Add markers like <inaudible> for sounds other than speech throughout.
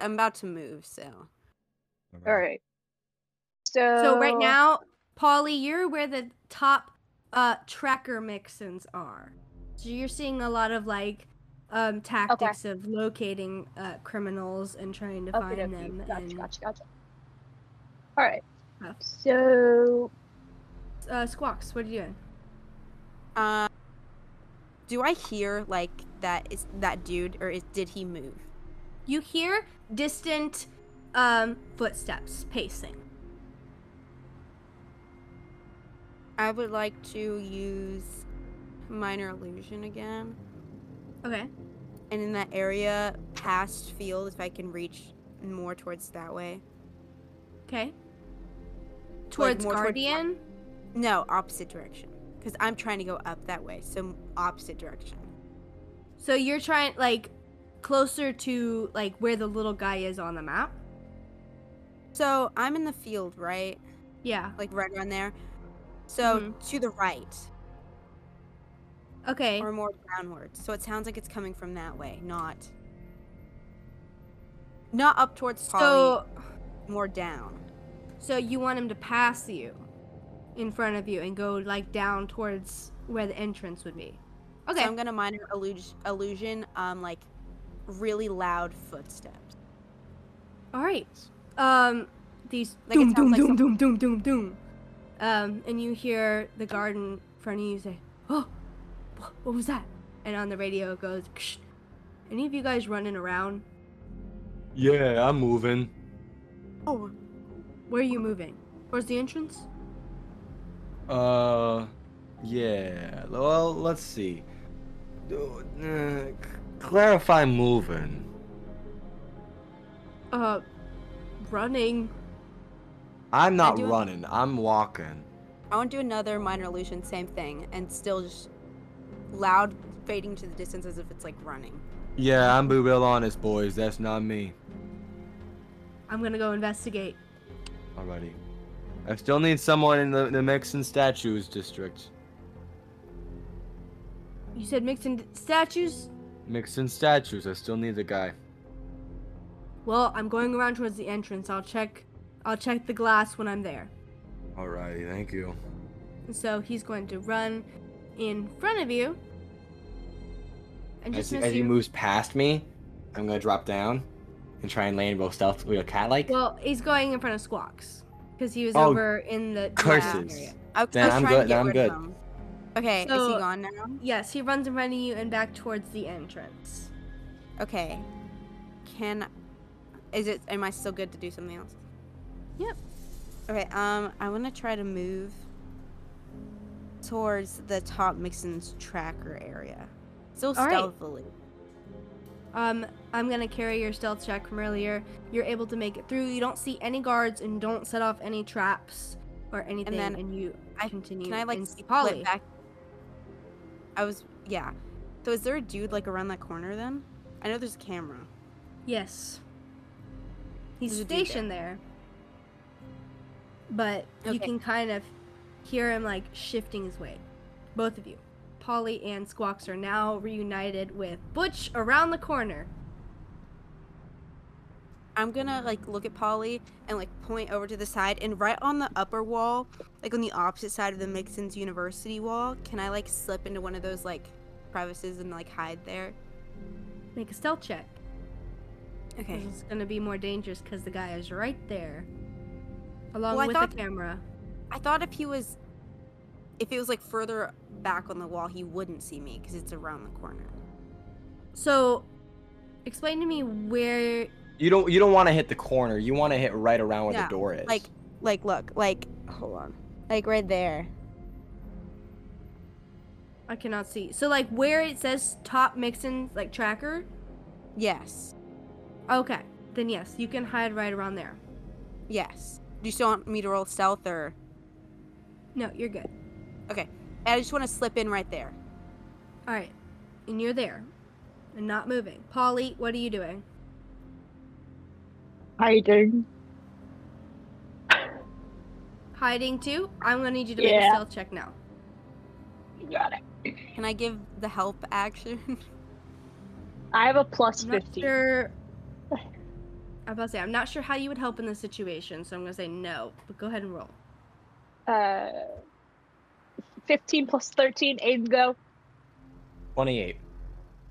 I'm about to move, so. Okay. All right. So, So Oh. right now, Polly, you're where the top uh tracker mixins are. So you're seeing a lot of like um tactics of locating uh criminals and trying to Okie find dokie. them Gotcha, and gotcha, gotcha. All right. Huh. So uh squawks, what are you doing? Uh, do I hear like that is that dude or is did he move? You hear distant um footsteps pacing. I would like to use minor illusion again, Okay. and in that area past field, if I can reach more towards that way. Okay. Towards more towards- Guardian. No, opposite direction, because I'm trying to go up that way, so opposite direction. so you're trying like closer to like where the little guy is on the map. So I'm in the field, right? Yeah. Like right around there. So to the right, Mm-hmm. Okay. or more downwards. So it sounds like it's coming from that way, not not up towards Polly, So more down. So you want him to pass you in front of you and go like down towards where the entrance would be. Okay. So I'm gonna minor illusion, illusion, um, like really loud footsteps. All right. Um these Like, it doom doom sounds like doom some- doom doom doom doom. Um and you hear the garden in front of you say, "Oh. wh- What was that?" And on the radio it goes, Ksh. "Any of you guys running around? Yeah, I'm moving. Oh, Where are you moving? Towards the entrance?" Uh, yeah. Well, let's see. Do- Uh, c- clarify moving. Uh running. I'm not do- running. I'm walking. I want to do another minor illusion, same thing, and still just loud, fading to the distance as if it's like running. Yeah, I'm be real honest, boys. That's not me. I'm going to go investigate. Alrighty. I still need someone in the, the Mexican statues district. You said mixing d- statues? Mexican statues. I still need the guy. Well, I'm going around towards the entrance. I'll check I'll check the glass when I'm there. Alrighty, thank you. And so he's going to run in front of you. And As, just he- miss as he you. moves past me, I'm gonna drop down and try and land real stealth with a cat like. Well, he's going in front of Squawks. Because he was Oh, over in the curses. glass area. I was, Then I was I'm trying good, to get then I'm rid of good. him. Okay, is So- he gone now? Yes, he runs in front of you and back towards the entrance. Okay. Can is it am I still good to do something else? Yep. Okay, um I wanna try to move towards the top Mixon's tracker area. Still All right. stealthily. Um, I'm gonna carry your stealth check from earlier. You're able to make it through. You don't see any guards and don't set off any traps or anything. And, then you I- continue. Can I like and see split Polly. back? I was yeah. So is there a dude like around that corner then? I know there's a camera. Yes. He's There's a dude there. stationed there. But you Okay. can kind of hear him like shifting his way. Both of you. Polly and Squawks are now reunited with Butch around the corner. I'm gonna like look at Polly and like point over to the side and right on the upper wall, like on the opposite side of the Mixon's University wall, can I like slip into one of those like crevices and like hide there? Make a stealth check. Okay. This is going to be more dangerous because the guy is right there. Along Well, I with thought- the camera. I thought if he was, if it was like further back on the wall, he wouldn't see me because it's around the corner. So, explain to me where. You don't you don't want to hit the corner. You want to hit right around where Yeah, the door is. Like, like look, like hold on, like right there. I cannot see. So, like, where it says top Mixon, like, tracker. Yes, Okay. Then, yes, you can hide right around there. yes. Do you still want me to roll stealth or? No, you're good. I just want to slip in right there. All right, and you're there, and not moving. Polly, what are you doing? hiding. Hiding too? I'm gonna need you to make a Yeah. stealth check now. You got it. Can I give the help action? <laughs> I have a plus I'm <laughs> not fifty. sure I'm about to say I'm not sure how you would help in this situation, so I'm gonna say no. But go ahead and roll. Uh, 15 plus 13, Aiden go. 28.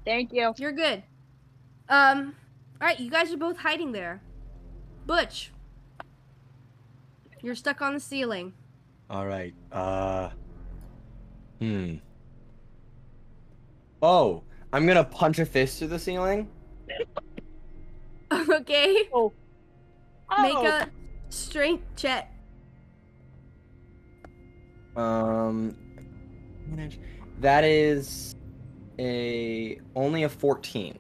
Thank you. You're good. Um, all right, you guys are both hiding there. Butch, you're stuck on the ceiling. <laughs> All right. Uh. Hmm. Oh, I'm gonna punch a fist through the ceiling. okay, make Oh, a strength check. Um. manage- That is a only a 14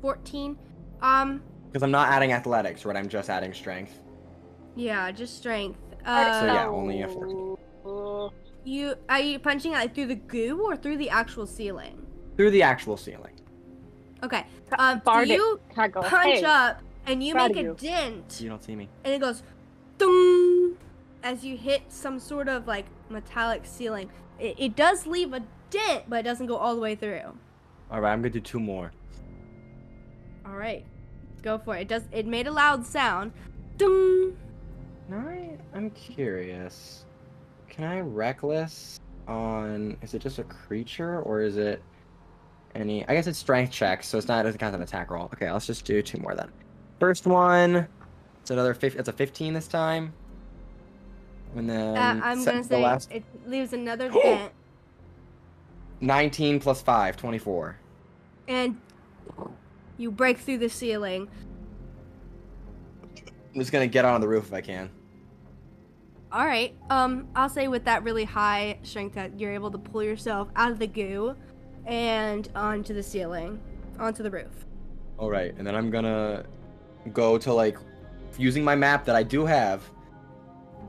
14. Um, because I'm not adding athletics, right? I'm just adding strength. yeah, just strength. alright, Uh, So, yeah, only a so- you are you punching like through the goo or through the actual ceiling? Through the actual ceiling. Okay. Um, so Darn it. you Can I go, punch hey, up and you proud make a of you. dent, You don't see me. and it goes, dung, as you hit some sort of like metallic ceiling. It, it does leave a dent, but it doesn't go all the way through. All right, I'm gonna do two more. All right, go for it. It does. It made a loud sound, dung. Now I, I'm curious. Can I reckless on? Is it just a creature or is it any? I guess it's strength check, so it's not. It doesn't count as an attack roll. Okay, let's just do two more then. First one. It's another. fif- It's a 15 this time. And then uh, I'm se- gonna the say last it leaves <gasps> another dent, 19 plus 5, 24. and you break through the ceiling. I'm just gonna get onto the roof if I can. All right. Um, I'll say with that really high strength that you're able to pull yourself out of the goo and onto the ceiling, onto the roof. All right, and then I'm gonna go to like using my map that I do have.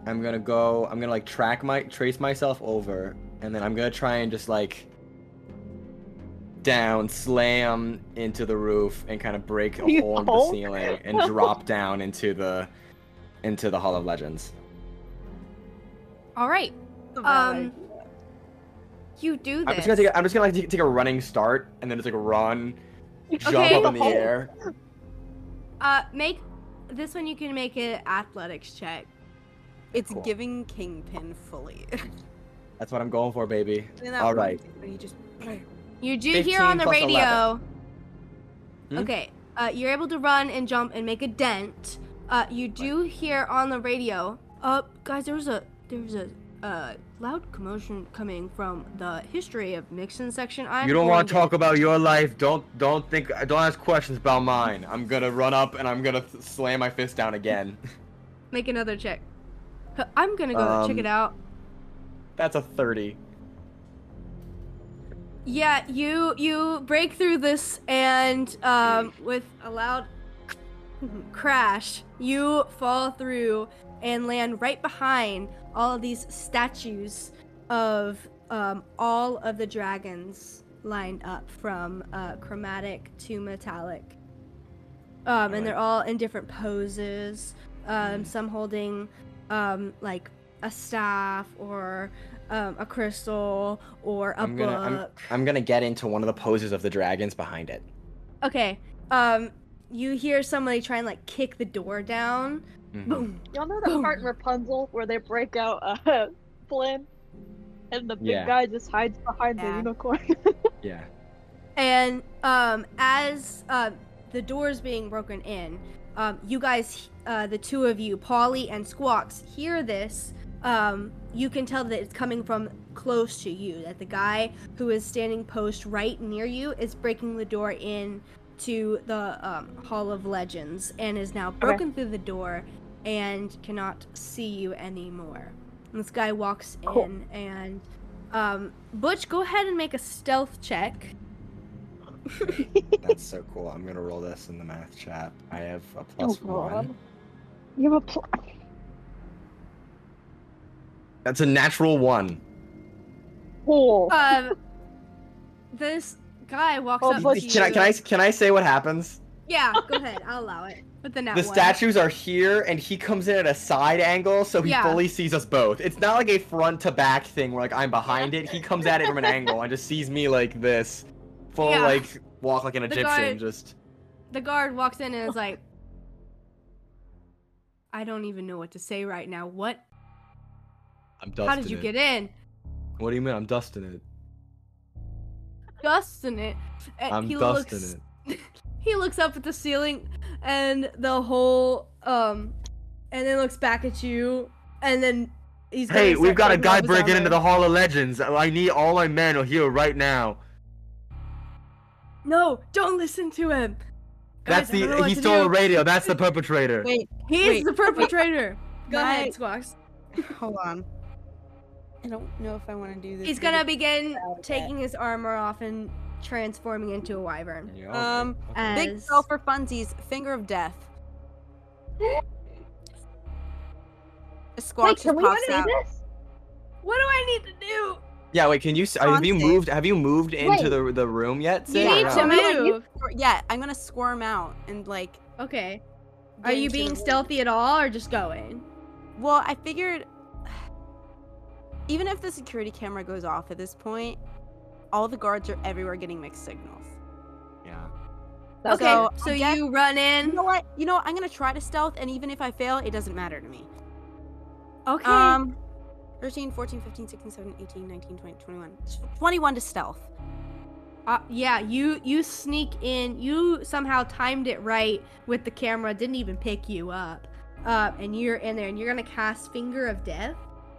I'm gonna go. I'm gonna like track my trace myself over, and then I'm gonna try and just like down slam into the roof and kind of break <laughs> a You hole in the Hulk? ceiling and drop down into the into the Hall of Legends. All right. Um, valid. you do I'm this. just gonna take. A, I'm just gonna like t- take a running start and then just like run, jump Okay. up in <laughs> the Hulk. air. uh, make this one. You can make an athletics check. It's Cool. giving Kingpin fully. <laughs> That's what I'm going for, baby. And that All one right. thing where You just <clears throat> You do hear 15 on the plus radio. 11. Hmm? Okay. Uh, you're able to run and jump and make a dent. Uh, you do hear on the radio. Uh, guys, there was a there was a uh, loud commotion coming from the history of Mixon section. I'm you don't want to going talk about your life. Don't don't think. Don't ask questions about mine. I'm gonna run up and I'm gonna th- slam my fist down again. <laughs> make another check. Huh, I'm gonna go check Um, it out. That's a thirty. Yeah, you you break through this and um, with a loud crash, you fall through and land right behind all of these statues of um, all of the dragons lined up from uh, chromatic to metallic. Um, Alright. and they're all in different poses. Um, some holding um, like a staff or um, a crystal or a I'm book. gonna I'm, I'm gonna get into one of the poses of the dragons behind it. Okay. Um, you hear somebody try and like kick the door down. Mm-hmm. Boom. Y'all know that part in Rapunzel where they break out uh, <laughs> Flynn and the big Yeah. guy just hides behind the Yeah. unicorn? Yeah. And um, as uh, the door's being broken in, um, you guys, uh, the two of you, Polly and Squawks, hear this. Um, you can tell that it's coming from close to you. That the guy who is standing post right near you is breaking the door in to the um, Hall of Legends and is now broken through the door and cannot see you anymore. And this guy walks Cool. in and um, Butch, go ahead and make a stealth check. That's so cool. I'm gonna roll this in the math chat. I have a plus <laughs> Oh, one. God. You have a pl- That's a natural one. hole. um, this guy walks Oh, up but to you. Can I can I can I say what happens? Yeah, go ahead. I'll allow it. But then that the one. statues are here and he comes in at a side angle so he Yeah. fully sees us both it's not like a front to back thing where like i'm behind it he comes at it <laughs> from an angle and just sees me like this full Yeah. like walk like an The egyptian guy- just The guard walks in and is like, I don't even know what to say right now. What? I'm dusting How did you get in? What do you mean? I'm dusting it. Dusting it. And I'm he dusting looks, it. He looks up at the ceiling and the whole um, and then looks back at you and then he's. gonna Hey, we've start got a taking off guy his breaking armor. into the Hall of Legends. I need all our men are here right now. No, don't listen to him. That's Guys, I don't know the what he to stole do. a radio. That's the perpetrator. Wait, He's Wait, the perpetrator. Go My- ahead, Squawks. hold on. I don't know if I want to do this. He's either. gonna begin out of taking his armor off and transforming into a wyvern. Yeah, Um, okay, okay. And- Big as- spell for funsies, finger of death. A squawk Wait, just can we pops undo out. this? What do I need to do? yeah. Wait, can you? s- Have you Constant. moved? Have you moved into Wait. the the room yet? You Sid, or need no? to I'm gonna, move. use- yeah, I'm gonna squirm out and like. Okay. get Are you into the being room. stealthy at all, or just going? Well, I figured <sighs> even if the security camera goes off at this point, all the guards are everywhere getting mixed signals. Yeah. That's okay. So, all. I so guess- you run You in. know what? You know what? I'm gonna try to stealth, and even if I fail, it doesn't matter to me. Okay. Um, 13, 14, 15, 16, 17, 18, 19, 20, 21. 21 to stealth. Uh, yeah. You you sneak in. You somehow timed it right with the camera. Didn't even pick you up. Uh, and you're in there, and you're gonna cast Finger of Death.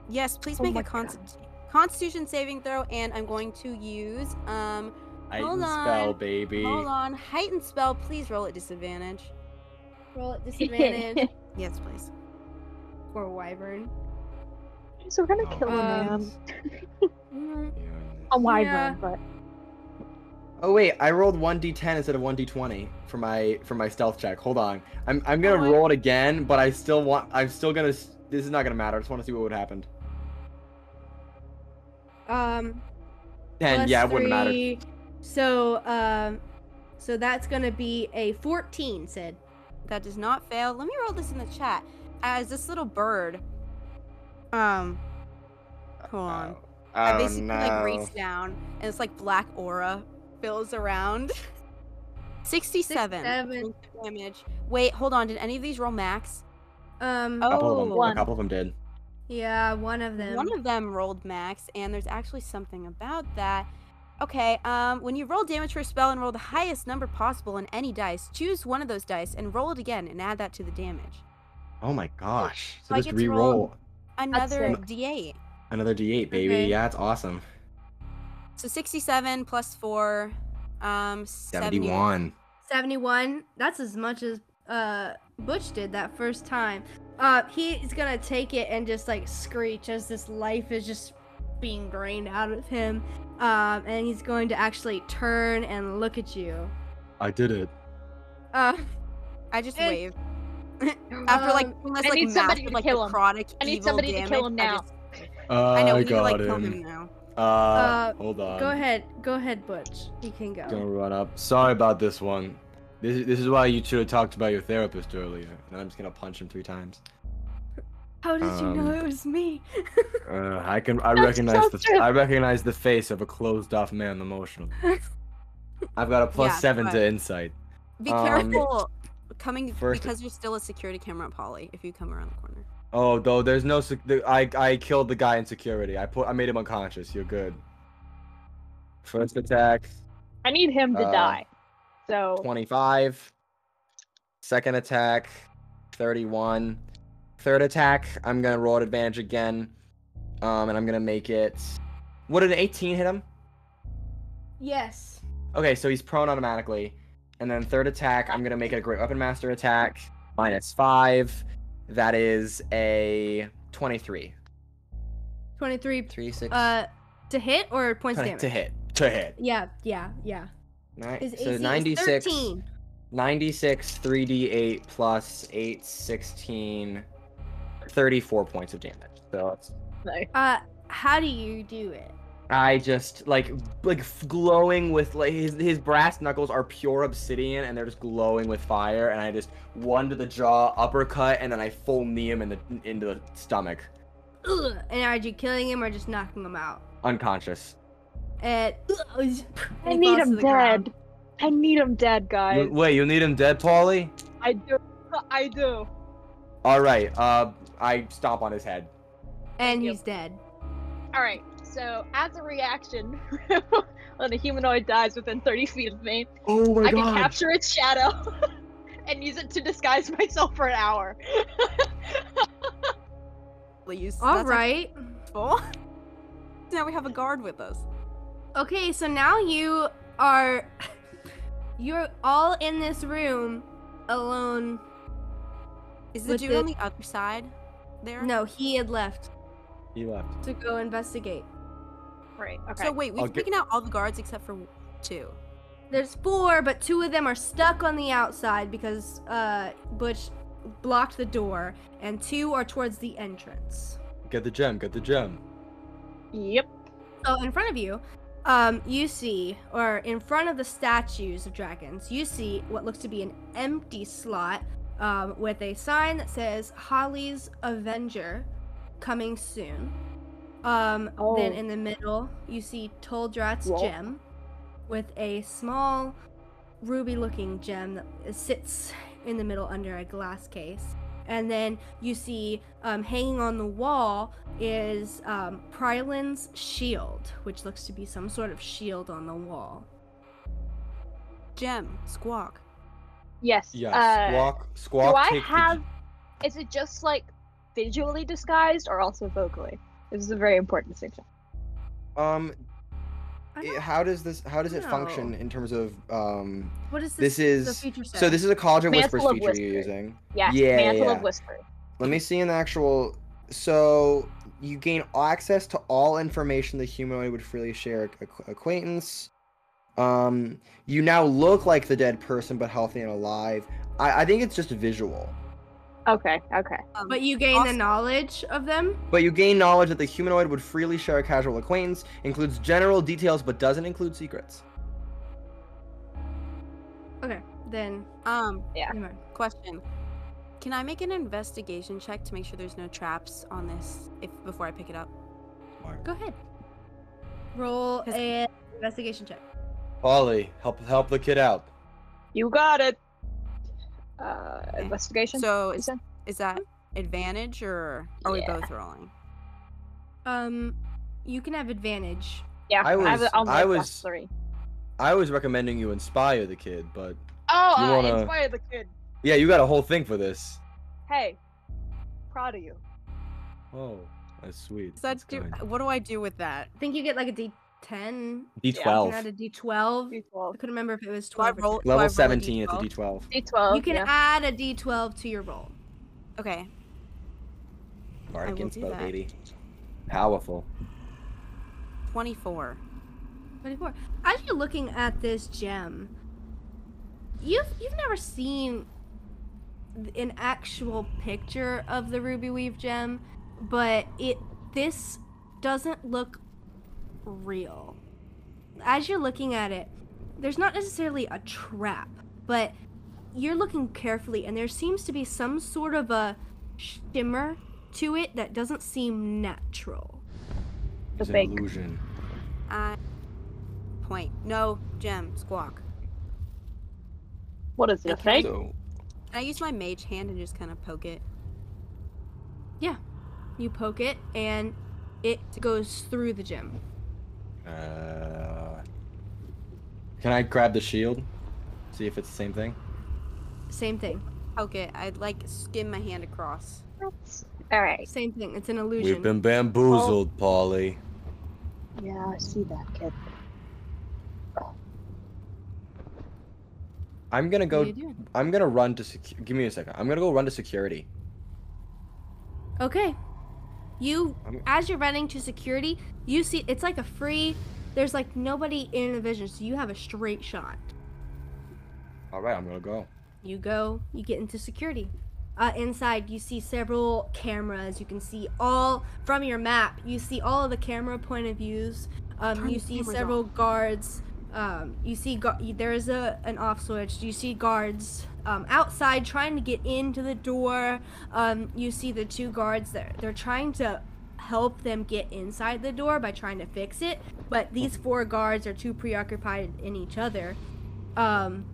Yes, please Oh make my a God. consti- Constitution saving throw, and I'm going to use um. Heightened on, spell, baby. Hold on, heightened spell. Please roll at disadvantage. Roll <laughs> at disadvantage Yes, please. for Wyvern. so we're Oh, gonna kill Uh, a man. Mm, you're in A this. wyvern, Yeah. but Oh wait, I rolled one d10 instead of one d20 for my for my stealth check. Hold on, I'm I'm gonna Oh, I- roll it again, but I still want I'm still gonna. s- This is not gonna matter. I just want to see what would happen. Um. Ten, plus yeah, it wouldn't matter. three. So um, so that's gonna be a fourteen, Sid. That does not fail. Let me roll this in the chat. As this little bird, um, hold on. Oh, I Oh, basically like no. reach down, and it's like black aura fills around. Sixty-seven Sixty-seven. points of damage. Wait, hold on. Did any of these roll max? Um. A couple of them. Oh. A one. couple of them did. Yeah, one of them. One of them rolled max, and there's actually something about that. Okay, um, when you roll damage for a spell and roll the highest number possible on any dice, choose one of those dice and roll it again and add that to the damage. Oh my gosh! So I just get to re-roll roll Another sick. D8. another d8, baby. Okay. Yeah, it's awesome. So 67 plus 4, um, 71. 71. Seventy-one. That's as much as uh Butch did that first time. Uh, he's gonna take it and just like screech as this life is just being drained out of him. Um, and he's going to actually turn and look at you. I did it. Uh, I just And- waved. After um, like, doing this, I like, need somebody massive, to like, kill him. necrotic I need evil somebody to damage, kill him I now. just- I, I know, we need to, Oh, got like, him. kill him now. Uh, Uh, hold on. go ahead, go ahead, Butch. You can go. Gonna run up. Sorry about this one. This, this is why you should have talked about your therapist earlier. And I'm just gonna punch him three times. How did you know Um, it was me? <laughs> Uh, I can. I That's recognize so the. true. I recognize the face of a closed-off man, emotional. <laughs> I've got a plus Yeah, seven but- to insight. Be Um, careful coming first- because there's still a security camera, Polly. If you come around the corner, Oh, though there's no. sec- the- I I killed the guy in security. I put. I made him unconscious. You're good. First attack, I need him to Uh, die. So twenty-five. Second attack, thirty-one. Third attack, I'm gonna roll at advantage again, um, and I'm gonna make it. What did an eighteen hit him? yes. Okay, so he's prone automatically. And then third attack, I'm gonna make it a great weapon master attack. Minus five. That is a twenty-three. 23 Three six uh to hit or points <laughs> to, damage. to hit. To hit. Yeah, yeah, yeah. Ni- His so AC 96, is 13. 96, 3d8 plus 8, 16, 34 points of damage. So it's, no. Uh how do you do it? I just like like f- glowing with like his his brass knuckles are pure obsidian and they're just glowing with fire and I just one to the jaw uppercut and then I full knee him in the into the stomach Ugh. And are you killing him or just knocking him out? unconscious. And, I need him dead. I need him dead, guys. <laughs> You- wait, you need him dead, Polly? I do. I do. All right. Uh, I stomp on his head. and Yep. he's dead. All right. So as a reaction, <laughs> when a humanoid dies within 30 feet of me, Oh my I can capture its shadow <laughs> and use it to disguise <laughs> myself for an hour. <laughs> Please. All That's right. helpful. <laughs> now we have a guard with us. Okay, so now you are <laughs> you're all in this room alone. Is the With dude the- on the other side there? No, he had left He left. to go investigate. Right. Okay. So wait, we've I'll get- taken out all the guards except for two. There's four, but two of them are stuck on the outside because uh Butch blocked the door and two are towards the entrance. Get the gem. Get the gem. yep. So in front of you, um, you see, or in front of the statues of dragons, you see what looks to be an empty slot um, with a sign that says Holly's Avenger coming soon. Um, Then Oh. in the middle, you see Toldrat's Whoa. gem with a small ruby looking gem that sits in the middle under a glass case. And then you see um, hanging on the wall is um, Prylan's shield, which looks to be some sort of shield on the wall. Gem, squawk. Yes. Yes. Uh, squawk. Squawk. do I take the have? ge- Is it just like visually disguised or also vocally? This is a very important distinction. um. I it- don't- how does this? How does it function know. in terms of um? What is This this? is the feature set. so. This is a College of Mantle Whispers of feature you're Whispers. using. Yes. Yeah, Mantle yeah. of Whisper. Let me see an actual. So you gain access to all information the humanoid would freely share ac- acquaintance. Um, you now look like the dead person, but healthy and alive. I, I think it's just visual, Okay. Okay. Um, but you gain the awesome. knowledge of them. but you gain knowledge that the humanoid would freely share a casual acquaintance, includes general details, but doesn't include secrets. Okay, then um never mind. question. Can I make an investigation check to make sure there's no traps on this if before I pick it up? go ahead. Roll Has- an investigation check. Polly, help help the kid out. You got it. Uh, investigation. So you is, said? is that advantage or are Yeah. we both rolling? Um, you can have advantage. yeah. I have was- it on my I plus was- three. I was recommending you inspire the kid, but Oh, You uh, wanna- inspire the kid. yeah, you got a whole thing for this. Hey, proud of you. Oh, that's sweet. Is that do, what do I do with that? I think you get like a D10. D You twelve. can add a D12. I D12. couldn't remember if it was Do I 12. or roll? do I roll Level a 17, it's a D12? D12. D12. You can yeah. add a D12 to your roll. Okay. I Bardic will do inspo, that. baby. Powerful. 24. 24. As you're looking at this gem, you've you've never seen th- an actual picture of the ruby weave gem, but it this doesn't look real. As you're looking at it, there's not necessarily a trap, but you're looking carefully and there seems to be some sort of a shimmer to it that doesn't seem natural. The It's an fake. illusion. I point. No, gem, squawk. What is it? A Okay. fake? So, Can I use my mage hand and just kind of poke it? You poke it and it goes through the gem. uh, can I grab the shield? See if it's the same thing? Same thing. Poke it. I'd like skim my hand across. All right. Same thing. It's an illusion. bamboozled, Polly. Yeah, I see that kid. I'm gonna What are go. you doing? I'm gonna run to. Secu- give me a second. I'm gonna go run to security. Okay. You, I'm- as you're running to security, you see it's like a free. There's like nobody in the vision, so you have a straight shot. All right, I'm gonna go. You go. You get into security. Uh, inside, you see several cameras. You can see all from your map. You see all of the camera point of views. Um, Turn you the see cameras several guards. Um, you see gu- you- there is a an off switch. You see guards um, outside trying to get into the door. Um, you see the two guards that they're trying to help them get inside the door by trying to fix it, but these four guards are too preoccupied in each other. Um,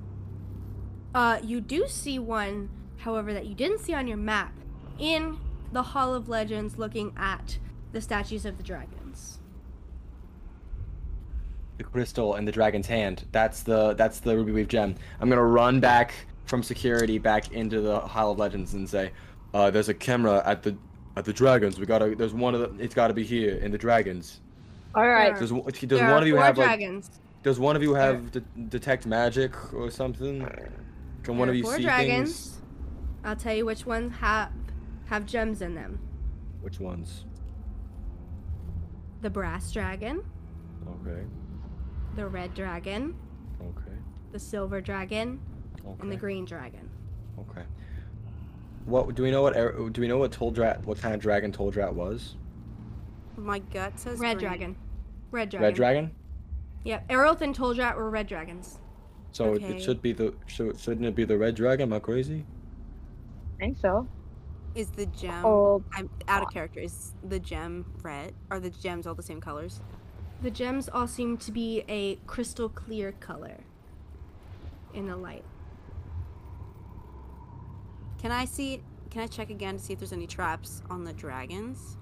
uh, you do see one, however, that you didn't see on your map, in the Hall of Legends looking at the statues of the dragons. the crystal in the dragon's hand. That's the that's the ruby weave gem. I'm gonna run back from security back into the Hall of Legends and say, uh, "There's a camera at the at the dragons. We gotta. There's one of the. It's gotta be here in the dragons. All right. Sure. Does one- does there one are of you four have like? dragons. Does one of you have de- detect magic or something? Can one of There are you four see dragons. things? I'll tell you which ones have have gems in them. Which ones? The brass dragon, Okay. the red dragon, Okay. the silver dragon, Okay. and the green dragon. okay. What do we know? What er- do we know? What Toldrat? What kind of dragon Toldrat was? My gut says Red green. dragon. Red dragon. Red dragon. Yep. Aeroth and Toldrat were red dragons. So it- Okay. it should be the should, shouldn't it be the red dragon? Am I crazy? I think so. Is the Um, gem? Oh, I'm out of character. Is the gem red? Are the gems all the same colors? The gems all seem to be a crystal clear color in the light. Can I see? Can I check again to see if there's any traps on the dragons?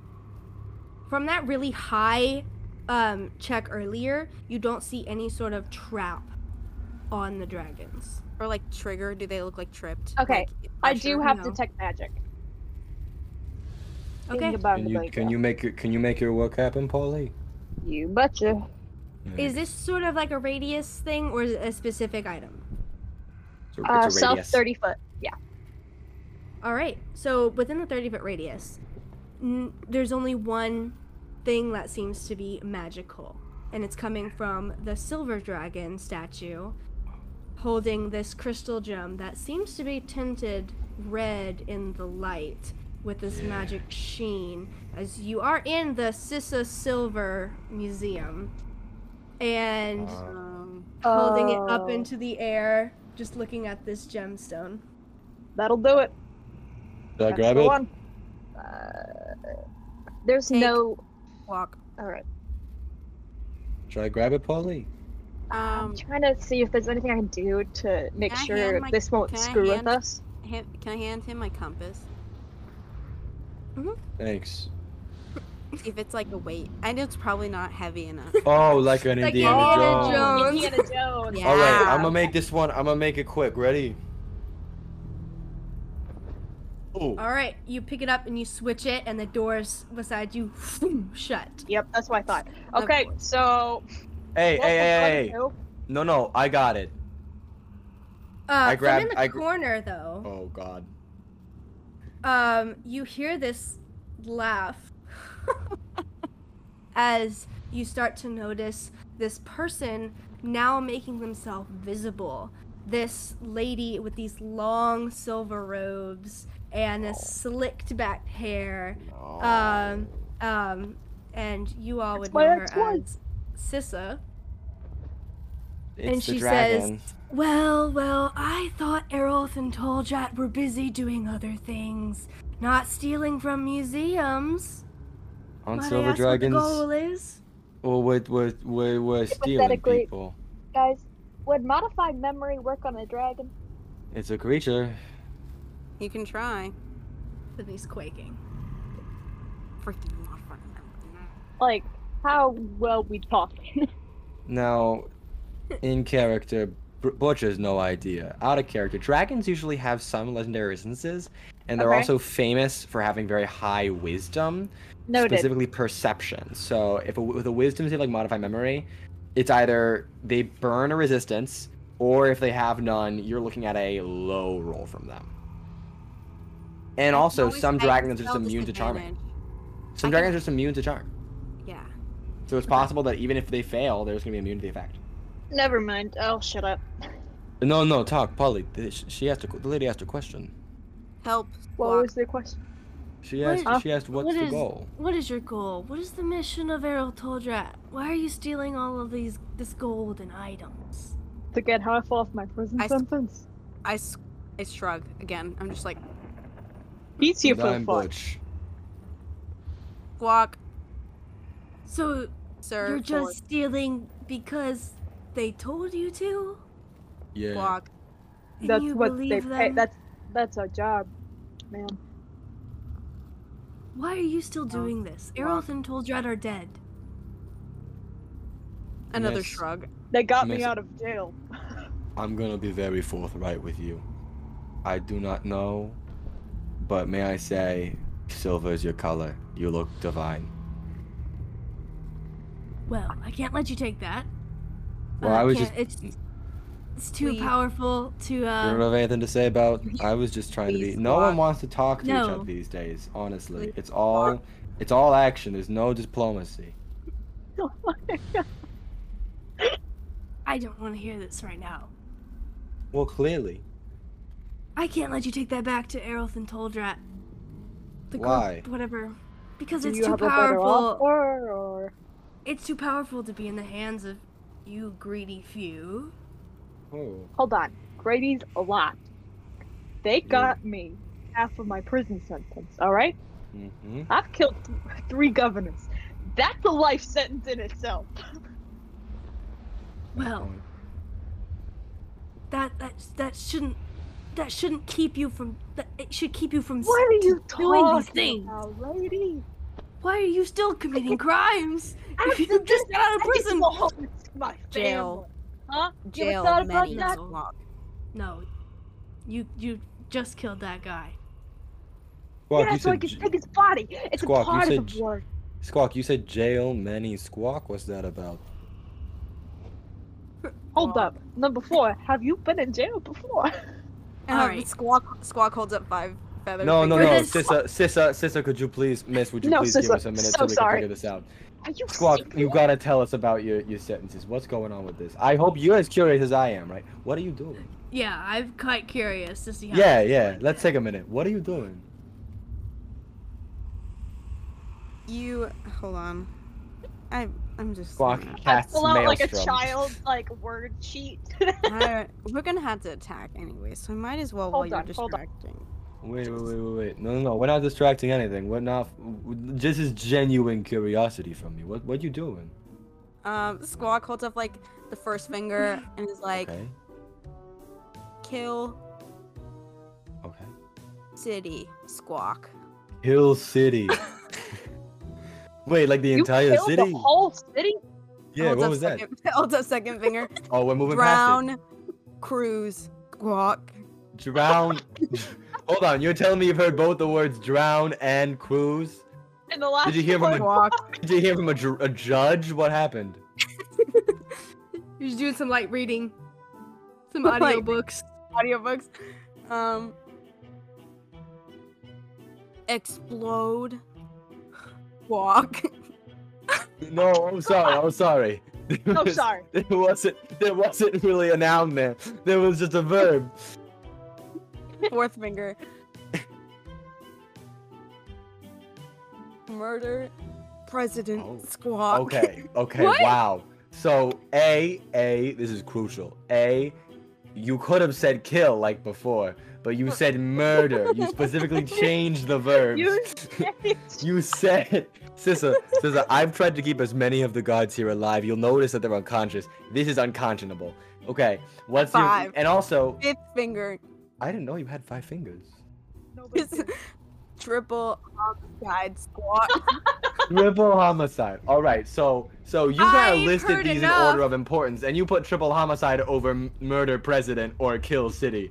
From that really high um, check earlier, you don't see any sort of trap on the dragons. Or like trigger? Do they look like tripped? Okay, Like, I pressure? do have no. detect magic. Think Okay. about Can it you like can that. you make your can you make your work happen, Polly? You betcha. Is this sort of like a radius thing or is it a specific item? It's a, it's Uh, a self radius. thirty foot. Yeah. All right. So within the 30 foot radius, n- there's only one thing that seems to be magical, and it's coming from the silver dragon statue holding this crystal gem that seems to be tinted red in the light with this magic sheen as you are in the Sissa Silver Museum and Uh. Um, holding it up Oh, into the air just looking at this gemstone. Oh. That'll do it. Did I That's grab the it? one. Uh, there's Take- no. walk. All right. Should I grab it, Polly? Um, I'm trying to see if there's anything I can do to make Can I sure hand my- this won't can I screw with hand- us. ha- can I hand him my compass? Thanks. See if it's like a weight. I know it's probably not heavy <laughs> enough. Oh, like an Like Indiana Indiana Jones. Jones. Indiana Jones. Yeah. All right, I'm Yeah. gonna make this one. I'm gonna make it quick. Ready? Oh, All right, you pick it up and you switch it, and the doors beside you shut. Yep, that's what I thought. Of Okay, course. so. hey, hey, hey, what we're gonna hey! do- No, no, I got it. Uh, I grabbed- from in the I gr- corner, though, Oh God. um, you hear this laugh <laughs> as you start to notice this person now making themselves visible. This lady with these long silver robes and Oh. this slicked back hair. Um, um, and you all That's would my know her ex-wife. as Sissa. It's and the she says- dragon. Well, well, I thought Errolf and Toljat were busy doing other things, not stealing from museums. "On Might I silver ask what the dragons, goal is? or we're, we're, we're, we're stealing Hypothetically- people. Guys, would modified memory work on a dragon? It's a creature. You can try. Then he's quaking. Freaking law firm. Like, how well we talking? Now, in character, B- Butch has no idea. Out of character, dragons usually have some legendary resistances, and they're Okay. also famous for having very high wisdom, <laughs> Noted. specifically perception. So, if a, with a wisdom save like modified memory, it's either they burn a resistance, or if they have none, you're looking at a low roll from them. And also, Always some hide dragons are just spell immune to charming. disadvantage. I Some can- dragons are just immune to charm. Yeah. So it's possible that even if they fail, they're just gonna be immune to the effect. Never mind. Oh, shut up. No, no, talk, Polly. Th- sh- She asked. A, qu- the lady asked a question. Help. What walk. was the question? She What asked. is- she asked, "What's what the is- goal?" What is your goal? What is the mission of Errol Toljat? Why are you stealing all of these this gold and items? To get how I fall off my prison I s- sentence. I, s- I shrug again. I'm just like, Beats you for I'm fun. Butch. walk, So sir. you're forward, just stealing because they told you to? Yeah. walk. And That's you what they believe pay. them? That's that's our job, man. Why are you still doing this? Aeroth and Toldred are dead. Another Miss- shrug. They got me Miss- out of jail. I'm gonna be very forthright with you. I do not know, but may I say, silver is your color. You look divine. Well, I can't let you take that. Well, Uh, I was can't- just. It's, it's too We- powerful to. You don't Uh, have anything to say about. I was just trying to be. Please No walk. one wants to talk to each No. other these days. Honestly, Please it's all, it's all action. There's no diplomacy. I don't want to hear this right now. Well, clearly. I can't let you take that back to Aeroth and Toldrat. The Why? Group, whatever. Because Do it's you too have a better powerful. offer, or It's too powerful to be in the hands of you greedy few. Oh. hold on, Grady's a lot. They Mm. got me half of my prison sentence. All right, Mm-hmm. I've killed th- three governors. That's a life sentence in itself. Well, that that that shouldn't that shouldn't keep you from that it should keep you from s- What are to you doing these talking things. about, lady? Why are you still committing crimes? I If you did just got out of I get to prison. go home and see my Jail. family. Huh? You ever Jail thought about many that? long. No. You you just killed that guy. Squawk, yeah, you so I said, can j- take his body. It's Squawk, a you part said of the j- war. Squawk, you said jail many squawk. What's that about? Hold up. Number four, have you been in jail before? And All um, right. Squawk Squawk holds up five feathers. No, no, no, this- Sissa, Sissa, Sissa, could you please, Miss, would you No, please give Sissa, us a minute so so we sorry. can figure this out? Are you Squawk, serious? you gotta tell us about your, your sentences. What's going on with this? I hope you're as curious as I am, right? What are you doing? Yeah, I'm quite curious to see how Yeah, yeah, let's take a minute. What are you doing? You hold on. I I'm just. Squawk I casts pull out like a maelstrom. child like word sheet. <laughs> I- we're gonna have to attack anyway, so I might as well Hold while on, you're hold on. distracting. Wait, wait, wait, wait, wait. No, no, no, we're not distracting anything. We're not. This is genuine curiosity from me. What, what are you doing? Um, Squawk holds up like the first finger and is like, okay, "Kill okay. city, Squawk." Hill <laughs> City. Wait, like the you entire killed city? the whole city? yeah, holds what up was that? second, <laughs> Holds up <laughs> second finger. Oh, we're moving past Drown, cruise, Squawk. it. Drown. <laughs> Hold on, you're telling me you've heard both the words drown and cruise? In the last Did you hear from one, a- <laughs> Squawk. Did you hear from a, ju- a judge? What happened? You're just doing some light reading. <laughs> Some Light audiobooks. audiobooks. Um, explode, walk. No, I'm sorry. I'm sorry. There <laughs> <laughs> I'm was- Oh, sorry. <laughs> There wasn't. There wasn't really a noun there. There was just a verb. Fourth finger. Murder, president, Oh, squawk. Okay. Okay. What? Wow. So a a this is crucial. A you could have said kill like before, but you said murder. You specifically changed the verbs. You <laughs> You said, Sissa, Sissa, I've tried to keep as many of the gods here alive. You'll notice that they're unconscious. This is unconscionable. Okay, what's Five. your. And also, Fifth finger, I didn't know you had five fingers. <laughs> Nobody It's- did. triple homicide, squawk. Triple homicide. All right, so so you kind I've of listed heard these in enough. order of importance, and you put triple homicide over m- murder president or kill city.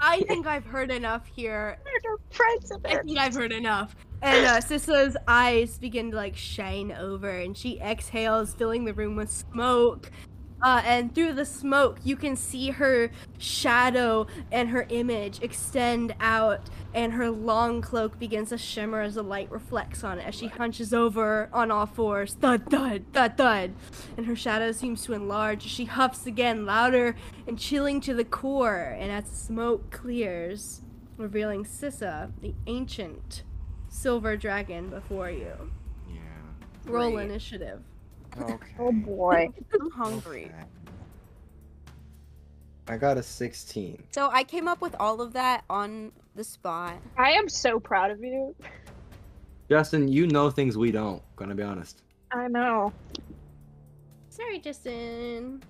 I think I've heard enough here. Murder I president. think I've heard enough. And uh, Sissa's eyes begin to like shine over, and she exhales, filling the room with smoke. Uh, and through the smoke, you can see her shadow and her image extend out, and her long cloak begins to shimmer as the light reflects on it. As she hunches over on all fours, thud, thud, thud, thud, and her shadow seems to enlarge. She huffs again, louder and chilling to the core. And as the smoke clears, revealing Sissa, the ancient silver dragon before you. Yeah. Roll Great. initiative. Okay. Oh boy. I'm hungry. I got a 16. So I came up with all of that on the spot. <laughs> I am so proud of you. Justin, you know things we don't, gonna be honest. I know. Sorry, Justin.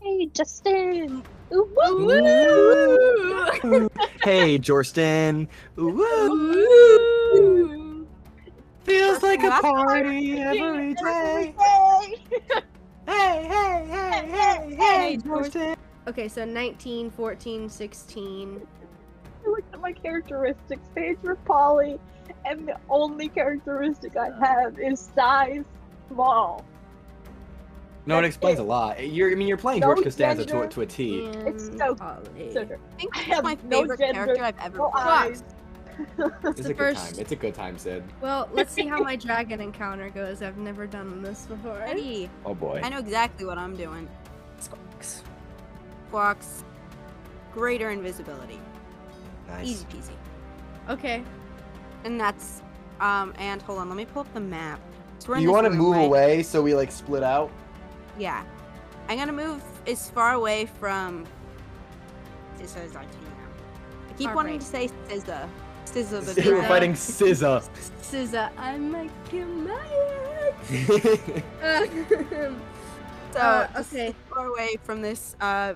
Hey Justin. Ooh, woo, woo. hey, Jorston. Woo! Ooh. Feels like a That's party every day. Hey, hey, hey, hey, hey, Jorston. Okay, so 19, 14, 16. I looked at my characteristics page for Polly, and the only characteristic I have is size small. No, it explains a lot. You're, I mean, you're playing No George Costanza to, a- gender. to a T. It's and so- Polly. So I think I that's have my no favorite gender, character I've ever no played. eyes. It's, the a good first- time. It's a good time, Sid. Well, let's see how my dragon encounter goes. I've never done this before. Ready? Oh boy. I know exactly what I'm doing. Squawks. Walks, greater invisibility. Nice. Easy peasy. Okay. And that's um and hold on, let me pull up the map. So we're in You this want to room, move right? away so we like split out? Yeah. I'm gonna move as far away from SZA as I can. I keep All wanting right. to say SZA. SZA, but <laughs> We're Scissor. fighting Scissor. SZA, I'm a Kimaya. <laughs> so Uh, just okay. far away from this uh,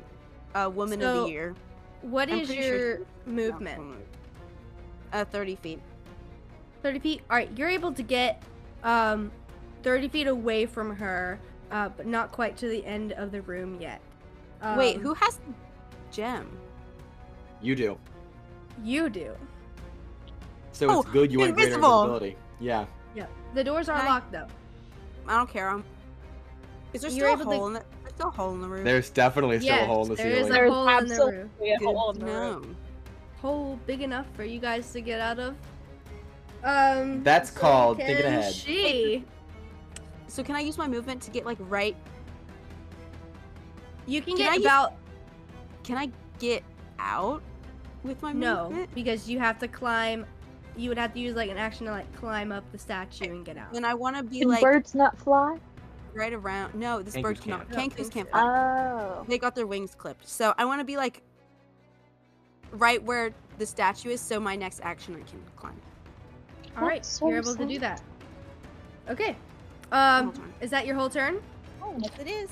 uh woman of So, the year. <laughs> What I'm is pretty sure your she- movement? Uh, 30 feet. 30 feet. All right, you're able to get um 30 feet away from her, uh, but not quite to the end of the room yet. Wait, Um, who has the gem? <laughs> You do. You do. So it's Oh, good you want greater invisible. invisibility. Yeah. Yep. The doors are Can I- locked though. I don't care. I'm... Is there still You're a able to- hole in the... There's still a hole in the roof. There's definitely still a Yes, hole in the there is ceiling. a There's hole in the absolutely roof. a hole in the roof. no. Hole big enough for you guys to get out of. Um. That's so called thinking can ahead. She. So can I use my movement to get like right? You can Can get I use about Can I get out with my No, movement? because you have to climb. You would have to use like an action to like climb up the statue and get out. Then I want to be Can like birds not fly? right around. No, this Kangaroos bird can't. cannot. I don't Kangaroos think can't so. fly. Oh. they got their wings clipped. So I want to be like right where the statue is, so my next action I can climb. All right, That's so you're able to do exciting. that. Okay. Whole Um, turn. is that your whole turn? Yes, it is.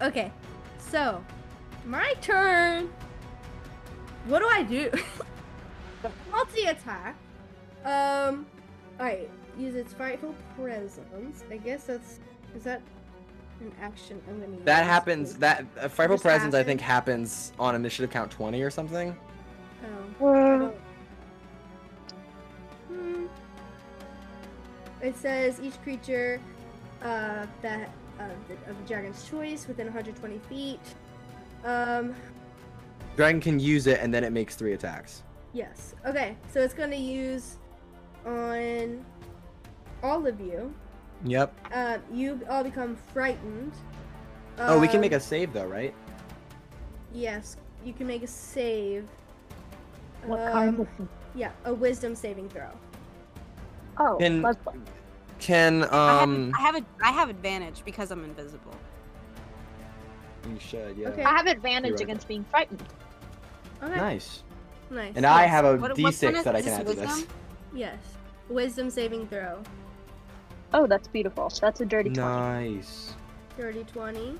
Okay. So, my turn. What do I do? <laughs> Multi attack. Um. All right. Use its frightful presence. I guess that's. Is that an action? I'm gonna. Use That happens. That uh, frightful Just presence, I action. think, happens on initiative count twenty or something. Oh. Whoa. Hmm. It says each creature uh, that uh, the, of the dragon's choice within 120 feet. Um, Dragon can use it, and then it makes three attacks. yes. Okay. So it's going to use on all of you. Yep. Uh, you all become frightened. oh, we can make Um, a save though, right? Yes, you can make a save. What um, kind of. Yeah, a wisdom saving throw. Oh. Can- that's- Can um? I have, I have a I have advantage because I'm invisible. You should. Yeah. Okay. I have You're advantage right. against being frightened. Okay. Nice. Nice. And I Yes. have a What- what kind D6 of- that I is can this add to this. wisdom? Yes. Wisdom saving throw. Oh, that's beautiful. That's a dirty 20. Nice. Dirty 20.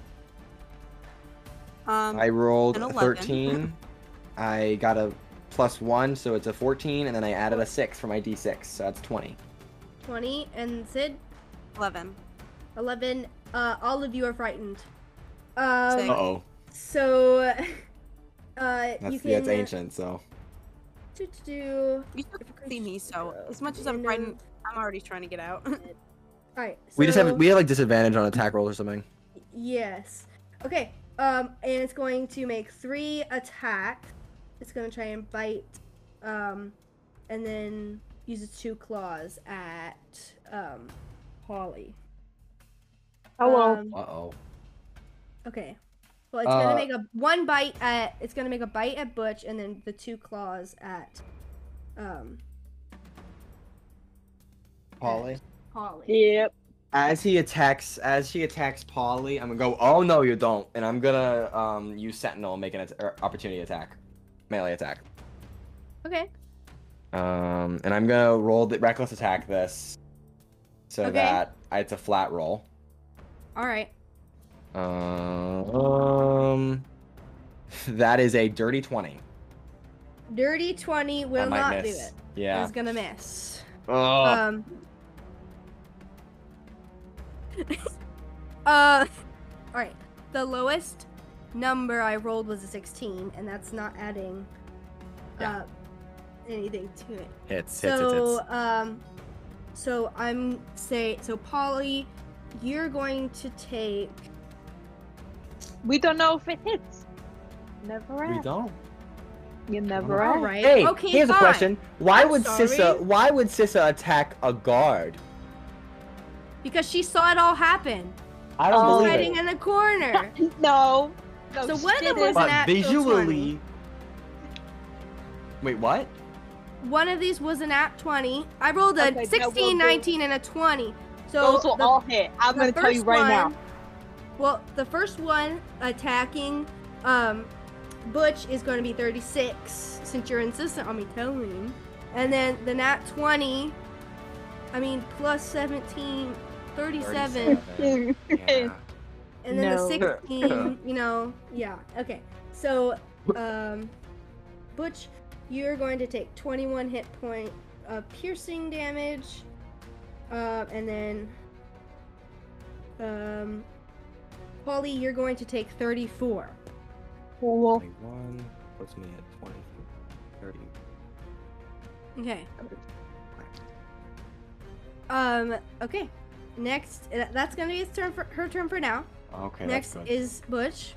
Um, I rolled an a 11. 13. I got a plus one, so it's a 14, and then I added a six for my D6, so that's 20. 20. And Sid, eleven. 11. Uh, all of you are frightened. Um, Sick. oh. So, <laughs> uh, you That's, can uh, yeah, it's ancient, so. do- do- do- You still can see me, so Uh, as much as I'm and, frightened, um, I'm already trying to get out. <laughs> All right. we just have so- we have like disadvantage on attack rolls or something. Yes. Okay. Um, and it's going to make three attacks. It's going to try and bite, um, and then use its two claws at um, Polly. Oh, well. Um, Uh oh. Okay. Well, it's gonna Uh, make a one bite at it's gonna make a bite at Butch, and then the two claws at um Polly. Holly. Yep. As he attacks, as she attacks Polly, I'm gonna go. Oh no, you don't! And I'm gonna um use Sentinel and make an at- er, opportunity attack, melee attack. Okay. Um, and I'm gonna roll the reckless attack this, so Okay. that it's a flat roll. All right. Um, <laughs> That is a dirty 20. Dirty 20 I will might not miss. do it. Yeah. It's gonna miss. Oh, Uh. Um. <laughs> uh. All right. The lowest number I rolled was a 16, and that's not adding Yeah. uh, anything to it. Hits, hits, hits, so, hits. um, so I'm say so, Polly. You're going to take. We don't know if it hits. Never We ask. don't. You never All ask. uh, right. Hey, okay. here's fine. a question. Why I'm would sorry. Sissa why would Sissa attack a guard? Because she saw it all happen. I don't Oh. believe it. Hiding in the corner. No. No. So she one of them didn't. was- an but actual visually. Wait, what? One of these was an app 20. I rolled a Okay, that 16, will do. 19, and a 20. So Those will the- all hit. I'm the gonna tell you first right one- now. Well, the first one attacking um, Butch is going to be 36, since you're insistent on me telling him. And then the nat 20, I mean, plus 17, 37. 37. Yeah. And then No. the 16, you know, yeah. Okay. So, um, Butch, you're going to take 21 hit point of piercing damage. Uh, and then, um, Polly, you're going to take 34. Cool. 21 puts me at 20, 30. Okay. Um, okay. Next, tha- that's going to be his turn for, her turn for now. Okay, Next that's good. is Butch.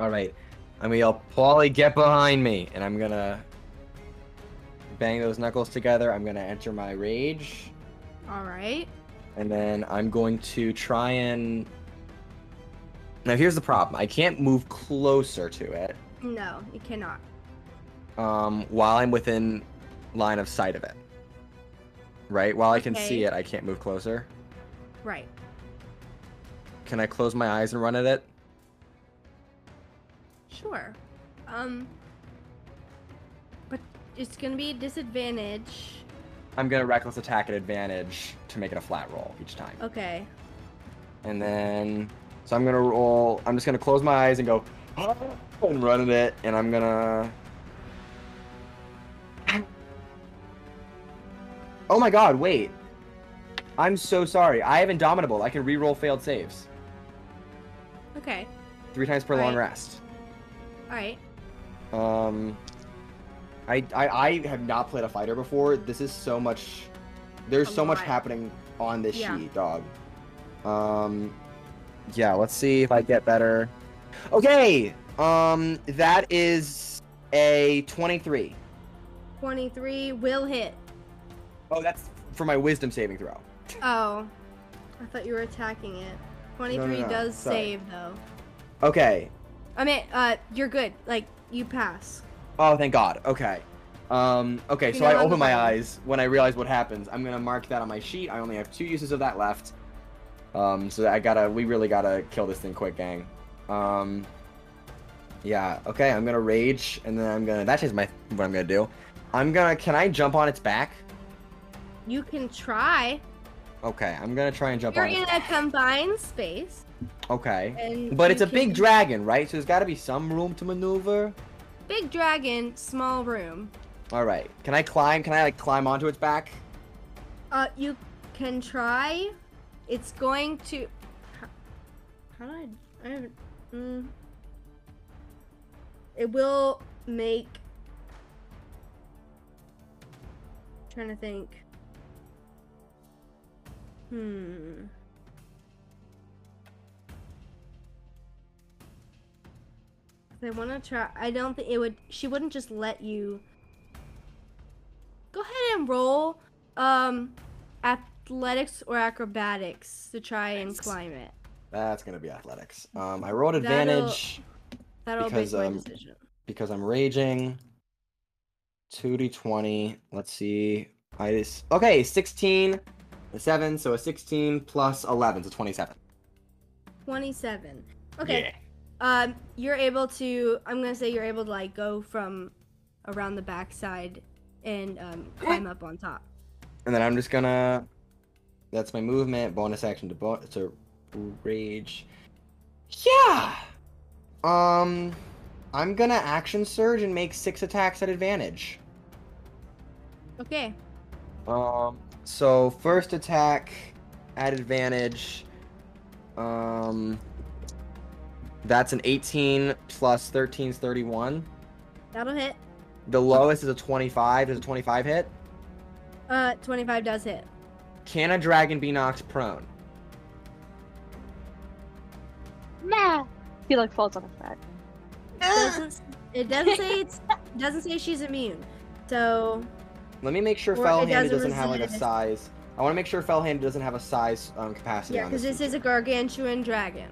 All right. I'm gonna yell, Polly, get behind me, and I'm gonna bang those knuckles together. I'm gonna enter my rage, All right. and then I'm going to try and. Now here's the problem. I can't move closer to it No, you cannot. um, while I'm within line of sight of it. Right? While I can see Okay. it, I can't move closer. Right. Can I close my eyes and run at it? Sure. Um but it's going to be a disadvantage. I'm gonna reckless attack at advantage to make it a flat roll each time. Okay. And then, so I'm gonna roll. I'm just gonna close my eyes and go and run at it, and I'm gonna. Oh my god! Wait. I'm so sorry. I have Indomitable. I can re-roll failed saves Okay. three times per long Alright. rest. All right. Um, I, I I have not played a fighter before. This is so much. There's A so much lot. happening on this Yeah. sheet, dog. Um, yeah. Let's see if I get better. Okay. Um, that is a 23. 23 will hit. Oh, that's for my wisdom saving throw. Oh. I thought you were attacking it. 23 no, does sorry. save though. Okay. I mean, uh you're good. Like you pass. Oh, thank God. Okay. Um, okay, You so know I I'm open my fine. eyes when I realize what happens. I'm gonna mark that on my sheet. I only have two uses of that left. Um, so I gotta, we really gotta kill this thing quick, gang. Um, yeah. Okay, I'm gonna rage, and then I'm gonna. That is my what I'm gonna do. I'm gonna. Can I jump on its back? You can try. Okay, I'm gonna try and jump You're on. in Its, a confined space okay. and But you it's a big can- dragon, right? So there's gotta be some room to maneuver. big dragon, small room. All right. Can I climb? Can I like climb onto its back? Uh, you can try. It's going to. How, how do I? I haven't. Mm, it will make. Trying to think. Hmm. If I want to try. I don't think it would. She wouldn't just let you. Go ahead and roll um athletics or acrobatics to try and climb it That's gonna be athletics. Um, I rolled That'll- advantage that'll Because, make my um, decision because I'm raging. Two d twenty. Let's see. I just, okay, sixteen, a seven, so a sixteen plus eleven, so twenty-seven. 27 okay um you're able to i'm gonna say you're able to like go from around the backside <gasps> and um climb up on top And then I'm just gonna. That's my movement. Bonus action to bo- to rage. Yeah. Um, I'm gonna action surge and make six attacks at advantage. Okay. Um, so first attack at advantage. Um, that's an 18 plus 13 is 31. That'll hit. The lowest is a 25. Does a 25 hit? Uh, 25 does <gasps> hit. Can a dragon be knocked prone? <laughs> Nah. He like falls on his back. Doesn't, it doesn't <laughs> say it's doesn't say she's immune. So Let me make sure Or it Fellhanded doesn't doesn't have like a resist. size. I want to make sure Fellhanded doesn't have a size um, capacity yeah, on because this is a gargantuan dragon.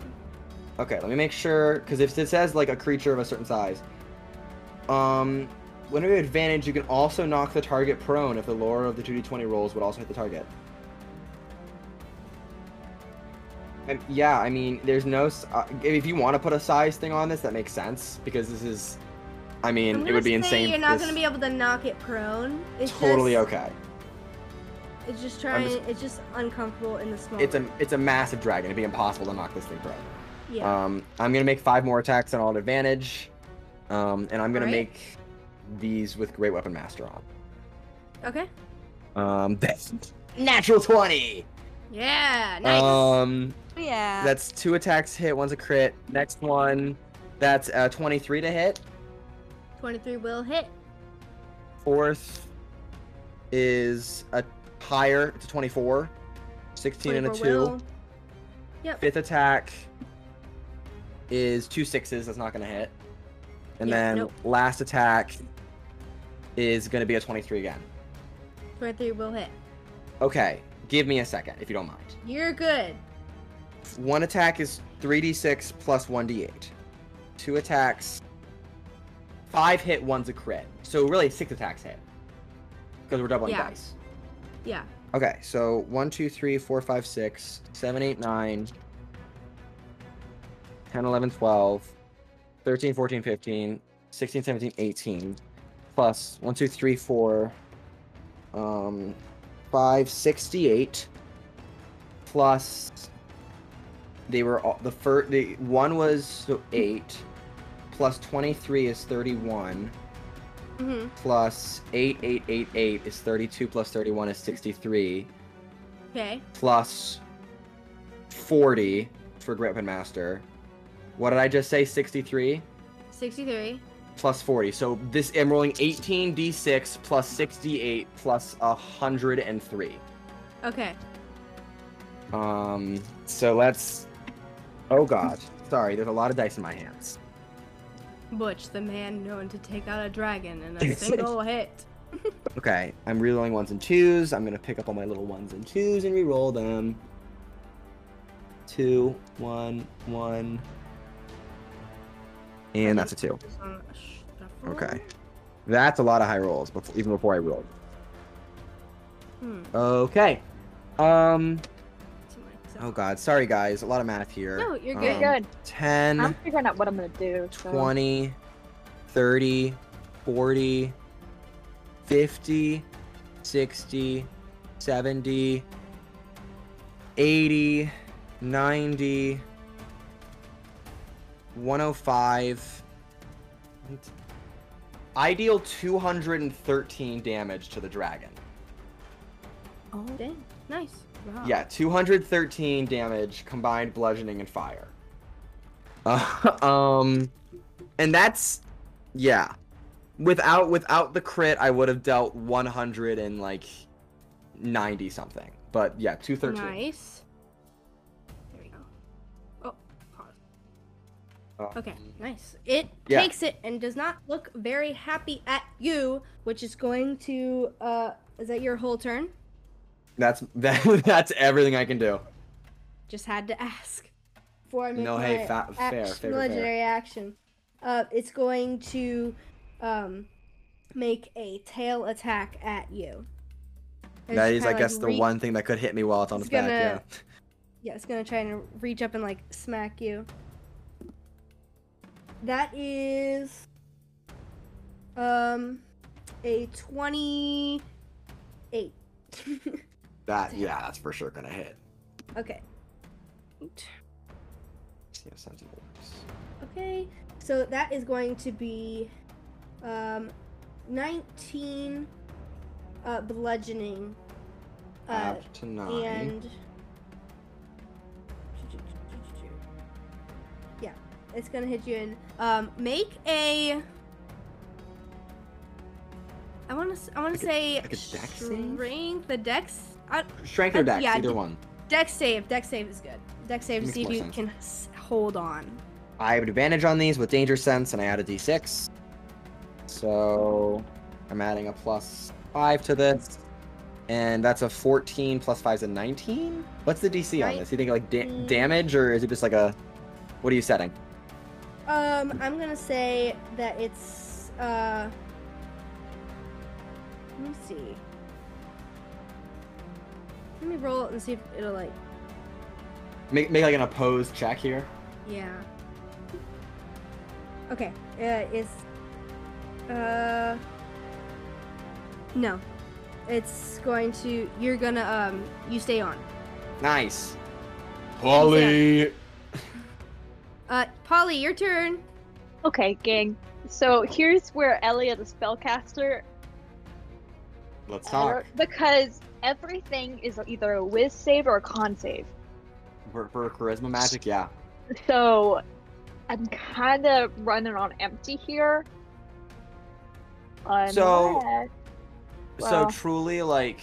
Okay, let me make sure because if it says like a creature of a certain size, um, when you have advantage, you can also knock the target prone if the lower of the two d twenty rolls would also hit the target. And yeah, I mean, there's no. s- Uh, if you want to put a size thing on this, that makes sense because this is, I I'm mean, it gonna would be say insane. You're not this- gonna be able to knock it prone. It's totally just, okay. It's just I'm trying. just- It's just uncomfortable in the small. It's a it's a massive dragon. It'd be impossible to knock this thing prone. yeah. Um, I'm gonna make five more attacks on all at advantage, um, and I'm gonna Alright. make these with Great Weapon Master on. okay. Um, <laughs> that's natural twenty. Yeah. Nice. Uh, Um, Yeah. that's two attacks hit, one's a crit. Next one, that's uh, twenty-three to hit. 23 will hit. Fourth is a higher. It's a twenty-four. Sixteen and a 24 two. will. Yep. Fifth attack is two sixes. That's not gonna hit. And Yeah, then nope. last attack is gonna be a 23 again. 23 will hit. Okay, give me a second if you don't mind. You're good. One attack is 3d6 plus 1d8. Two attacks, five hit, one's a crit. So really, six attacks hit because we're doubling Yeah. dice. Yeah. Okay, so one, two, three, four, five, six, seven, eight, nine, 10, 11, 12, 13, 14, 15, 16, 17, 18, plus one, two, three, four, um, 5, 68, plus they were all the first, the one was so 8, plus 23 is 31 hmm plus 8888 is 32 plus 31 is 63 Okay. plus 40 for grip and master what did i just say 63 63. plus 40 so this i'm rolling 18d6 plus 68 plus 103 Okay. um so let's oh god sorry there's a lot of dice in my hands Butch, the man known to take out a dragon in a single hit. Okay, I'm rerolling ones and twos. I'm gonna pick up all my little ones and twos and reroll them. Two, one, one. And that's a two. Okay. That's a lot of high rolls, before, even before I rolled. Hmm. Okay. Um. Oh god, sorry guys, a lot of math here. No, you're Um, good. You're good. I'm Um, Ten, mm. figuring out what I'm gonna do. So. twenty, thirty, forty, fifty, sixty, seventy, eighty, ninety, one hundred five. I deal 213 damage to the dragon. oh, Uh, Dang. Nice. Wow. Yeah, 213 damage, combined bludgeoning and fire. Uh, <laughs> um, and that's yeah. Without without the crit, I would have dealt 100 and like 90 something. But yeah, 213. Nice. There we go. Oh, pause. Um, Okay, nice. It Yeah. takes it and does not look very happy at you, which is going to. uh Is that your whole turn? That's <laughs> that, that's everything I can do. Just had to <laughs> ask. Before I make No, my hey, fa- fair, action, fair, fair. legendary action. Uh, it's going to um, make a tail attack at you. And That is, it's I kinda, like, guess, the reach- one thing that could hit me while it's on It's its back. Yeah. gonna- Yeah, it's gonna try and reach up and like smack you. That is um a twenty-eight. <laughs> That yeah, that's for sure gonna hit. okay. Yes, yes, that's even worse. Okay, so that is going to be um, 19 uh, bludgeoning. Uh, Up to nine. and. Yeah, it's gonna hit you in. Um, make a. I want to. I want Like to a- say like a dex save? strength. The dex. I, Strength or Uh, dex, yeah, either d- one. dex save. Dex save is good. Dex save to Makes see if more you sense. can s- hold on. I have an advantage on these with danger sense, and I add a d6. So I'm adding a plus five to this, and that's a 14 plus five is a 19. What's the DC on Right. this? You think like da- Mm. damage, or is it just like a? What are you setting? Um, I'm gonna say that it's uh. Let me see. Let me roll it and see if it'll like. Make make like an opposed check here. Yeah. Okay. Uh, it's. Uh. No, it's going to. You're gonna um. You stay on. Nice. Polly. Uh, Polly, your turn. Okay, gang. So here's where Elliot, the spellcaster, Let's error- talk. because everything is either a whiz save or a con save. For, for charisma magic, yeah. So I'm kind of running on empty here. So- Unless- so Well- truly like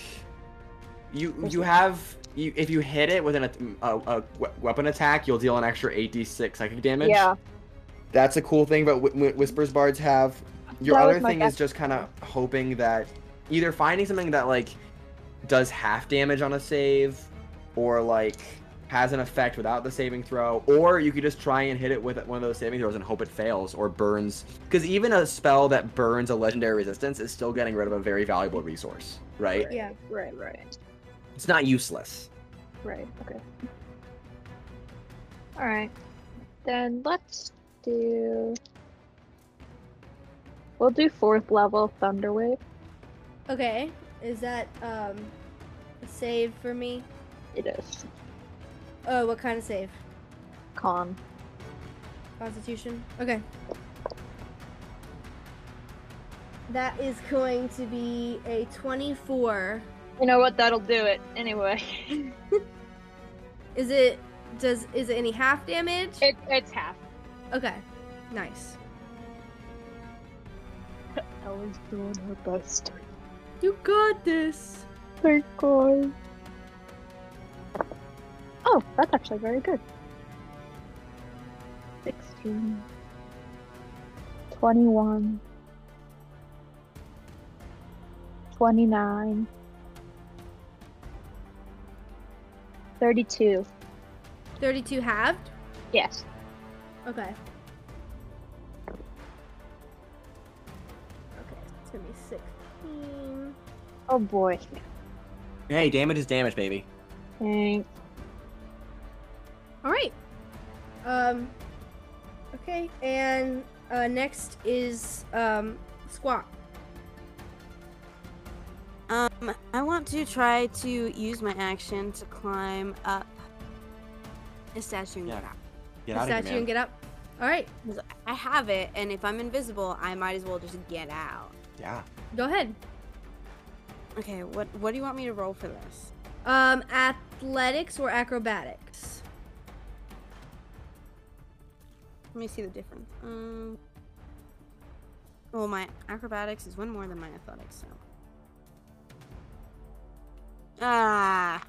you There's you a- have you if you hit it with an at- a, a we- weapon attack you'll deal an extra 8d6 psychic damage yeah, that's a cool thing but Whi- Whi- whispers bards have your That was other my thing is guess. just kind of hoping that either finding something that like does half damage on a save or like has an effect without the saving throw or you could just try and hit it with one of those saving throws and hope it fails or burns because even a spell that burns a legendary resistance is still getting rid of a very valuable resource right Yeah. right, right, it's not useless right. Okay. All right, then let's do. We'll do fourth level thunder wave. Okay. Is that um, a save for me? It is Oh, what kind of save? con. Constitution. Okay. That is going to be a 24. You know what? That'll do it. Anyway, Is it does is it any half damage? it, it's half. Okay. Nice. Ellie's doing her best. You got this. Thank God. Oh, that's actually very good. 16. 21. 29. 32. 32 halved? Yes. Okay. Okay, so it's going to be 16. Oh boy. hey damage is damage baby Thanks. All right. Um Okay, and uh next is um Squat. Um, I want to try to use my action to climb up a statue. And Yeah. get out. get the out of statue here man. and get up. All right, 'Cause I have it, and if I'm invisible, I might as well just get out. yeah go ahead. Okay, what what do you want me to roll for this? Um, athletics or acrobatics? Let me see the difference. Um, well, my acrobatics is one more than my athletics, so. Ah,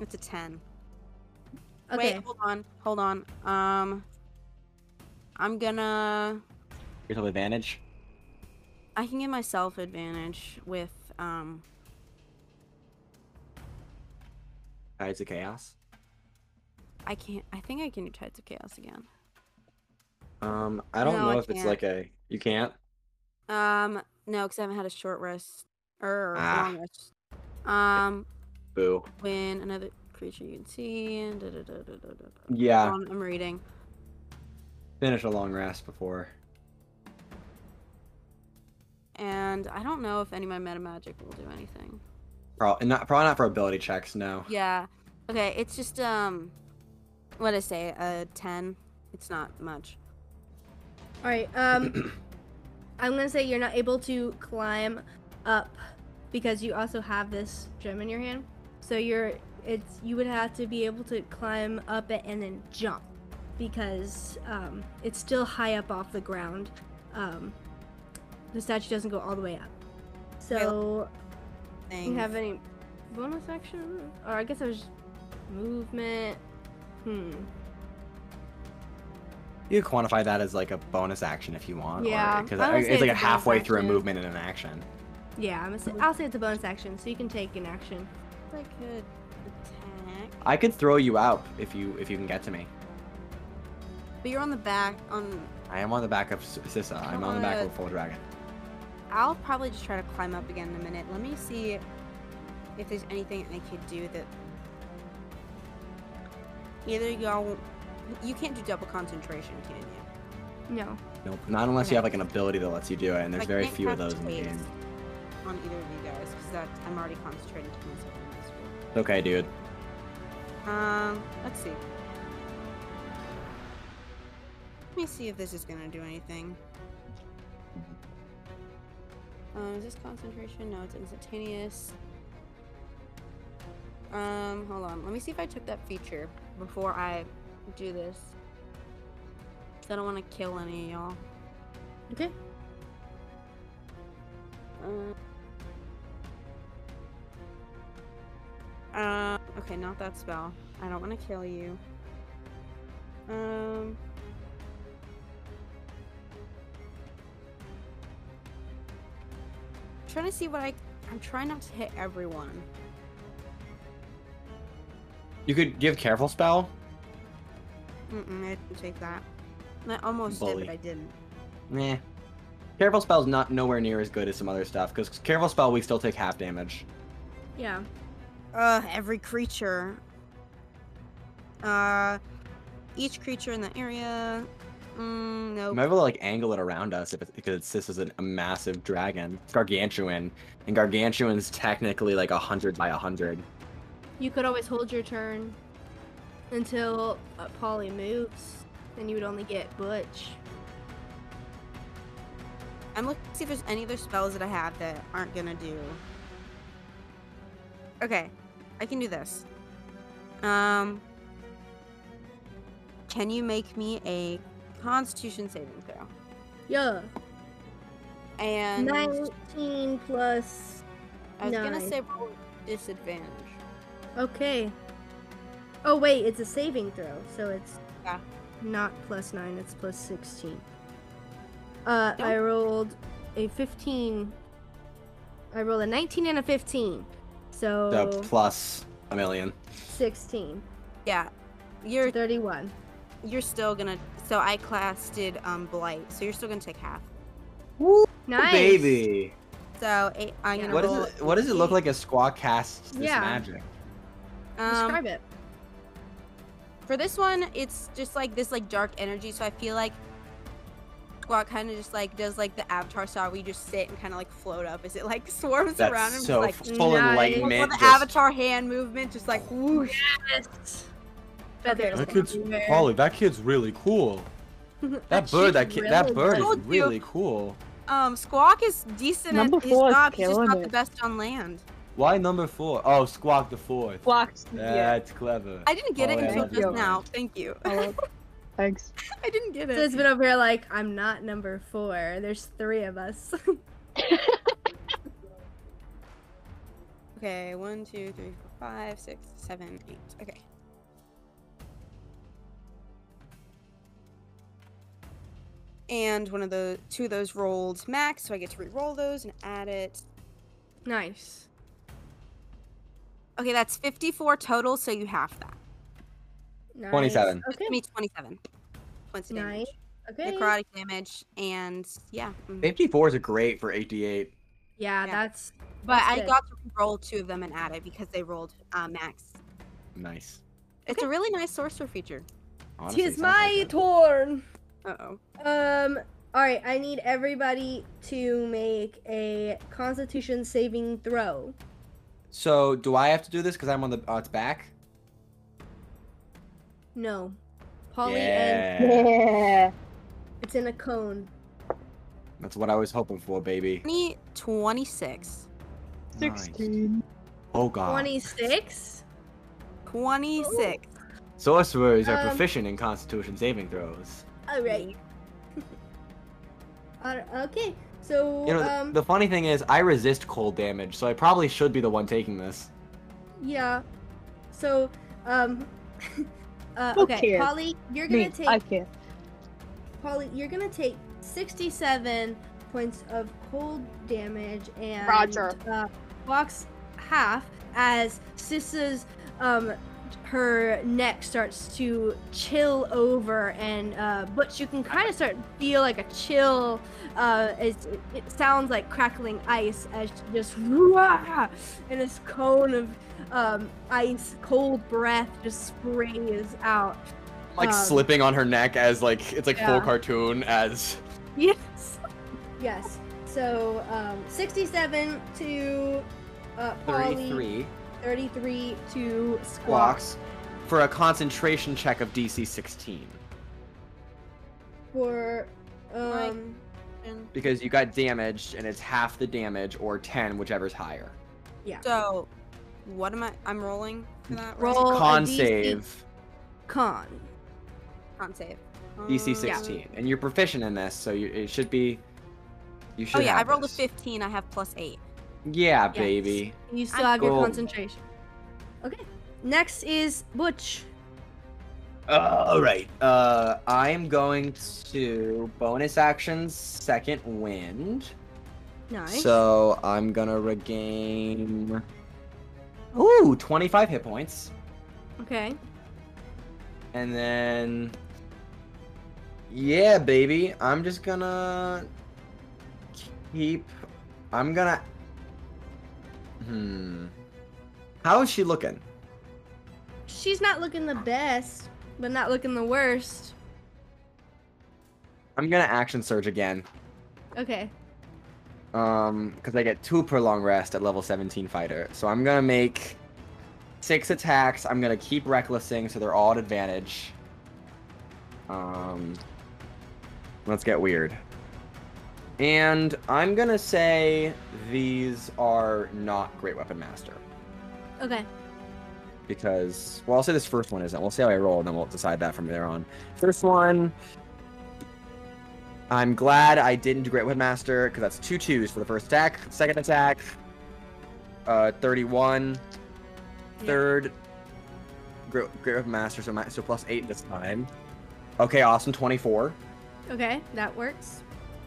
it's a ten. Okay. Wait, hold on, hold on. Um, I'm gonna. here's an advantage I can give myself advantage with um. tides of chaos I can't. I think I can do Tides of Chaos again. um i don't No, know I if it's can't. like a you can't Um, no, because I haven't had a short rest or Ah. long rest. Um, boo when another creature you can see. and Da, da, da, da, da, da, da. yeah Hold on, I'm reading. finish a long rest before And I don't know if any of my meta magic will do anything. Probably not. Probably not for ability checks. No. Yeah. Okay, it's just um what I say, a ten. It's not much. All right. Um, <coughs> I'm gonna say you're not able to climb up because you also have this gem in your hand. So you're it's you would have to be able to climb up it and then jump because um, it's still high up off the ground. Um, the statue doesn't go all the way up. So Thing. you have any bonus action? Or I guess I was movement. Hmm. You could quantify that as like a bonus action if you want. Yeah, Because I would say it's like a it's a bonus halfway through a action. movement and an action. Yeah, I'm gonna say, I'll say it's a bonus action, so you can take an action. I could attack, I could throw you out if you if you can get to me. but you're on the back. On I am on the back of S- Sissa. I'm on the back of a full dragon. I'll probably just try to climb up again in a minute. Let me see if there's anything I could do that. Either y'all, you can't do double concentration, can you? No. Nope. Not unless Okay. you have like an ability that lets you do it, and there's I very can't few of those in the concentrate game. On either of you guys, because that I'm already concentrating to myself on this one. Okay, dude. Um, let's see. Let me see if this is gonna do anything. Um, is this concentration? No, it's instantaneous. Um, hold on. Let me see if I took that feature before I do this. 'Cause I don't want to kill any of y'all. Okay. Um, Uh, okay, not that spell. I don't want to kill you. Um. Trying to see what I. I'm trying not to hit everyone. You could give careful spell. Mm-mm, I didn't take that. I almost did, Bully. but I didn't. Nah. Careful spell's not nowhere near as good as some other stuff because careful spell we still take half damage. Yeah. Uh, every creature. Uh, each creature in the area. Mm, You no. might be able to like angle it around us if it's, because Sis is an- a massive dragon. It's gargantuan, and gargantuan's technically like a hundred by a hundred. You could always hold your turn until uh, Polly moves, and you would only get Butch. I'm looking to see if there's any other spells that I have that aren't gonna do. Okay, I can do this. Um, can you make me a Constitution saving throw? Yeah. And 19 plus. I was gonna nine. say roll disadvantage. Okay. Oh, wait, it's a saving throw, so it's Yeah. not plus 9, it's plus 16. Uh, Nope. I rolled a 15. I rolled a 19 and a 15. So So, plus a million. 16. Yeah, you're 31. you're still gonna. So I casted um blight, so you're still gonna take half. Nice. Baby. So eight, I'm Yeah. gonna What roll does it? What does it look eight. like a squaw casts this Yeah. magic? Um, Describe it. For this one, it's just like this like dark energy, so I feel like Squawk kind of just like does like the Avatar style where you just sit and kind of like float up as it like <laughs> swarms around That's and so <laughs> just like full nice. with enlightenment. the just- Avatar hand movement, just like whoosh. Feathers That kid's everywhere. Polly. That kid's really cool. That bird, shit's that kid, really that bird good. is Told you. really cool. Um, Squawk is decent Number at his four is job, he's just killing not the it. best on land. Why number four? Oh, Squawk the fourth. Blocked. Yeah. That's clever. I didn't get Oh, it yeah, until that's just good. now. Thank you. <laughs> Hello. Thanks. I didn't get it. So it's been over here like, I'm not number four. There's three of us. <laughs> Okay, one, two, three, four, five, six, seven, eight. Okay. And one of the two of those rolled max, so I get to re-roll those and add it. nice. Okay, that's 54 total, so you have that. Nice. 27. Okay. Give me 27 points of Nice. damage, Okay. necrotic damage, and yeah. mhm. 54 is a great for 88. Yeah, Yeah. that's But that's I good. got to roll two of them and add it because they rolled uh, max. Nice. It's a really nice sorcerer feature. Honestly, tis sounds like my it. turn. Uh oh. Um. All right, I need everybody to make a Constitution saving throw. So do I have to do this because I'm on the uh, it's back? No. Polly and yeah. <laughs> Yeah. it's in a cone. That's what I was hoping for, baby. 20, 26. Nice. 16. Oh god. 26? 26. Sorcerers are Um, proficient in Constitution saving throws. All right. <laughs> Uh, okay. So Mm. You know, th- um the funny thing is, I resist cold damage, so I probably should be the one taking this. yeah. So um <laughs> uh, Who okay, cares? Polly, you're going Me, to take I can't. Polly, you're gonna take 67 points of cold damage and Roger. Uh, walks half as Sissa's um her neck starts to chill over and uh but you can kind of start to feel like a chill uh it's, it, it sounds like crackling ice as she just Wah! and this cone of um ice cold breath just sprays out Like Um, slipping on her neck as like it's like full yeah. cartoon as Yes. Yes. So um, 67 to uh, Polly, 33 33 to Squawk blocks for a concentration check of DC 16 for Right. um, because you got damaged and it's half the damage or 10 whichever's higher. So, what am I? I'm rolling for that. right? Roll. Oh, a Con DC save con. Con save. DC Um, 16 E and you're proficient in this, so you, it should be you should Oh, yeah, I have rolled a this. 15. I have plus 8. Yeah, Yes. baby. You still I'm have your cool. concentration. Okay. Next is Butch. Uh, all right. Uh, I'm going to bonus actions second wind. Nice. So I'm gonna regain. Ooh, 25 hit points, okay. and then. Yeah, baby. I'm just gonna keep. I'm gonna. Hmm. How is she looking? She's not looking the best, but not looking the worst. I'm gonna action surge again. Okay. um because i get two per long rest at level 17 fighter so i'm gonna make six attacks i'm gonna keep recklessing so they're all at advantage um let's get weird and i'm gonna say these are not great weapon master Okay. because well i'll say this first one isn't we'll see how i roll and then we'll decide that from there on first one i'm glad i didn't do great with master because that's two twos for the first attack second attack uh 31 Yeah. third great, great weapon master so, my, so plus eight this time okay awesome 24 Okay. That works.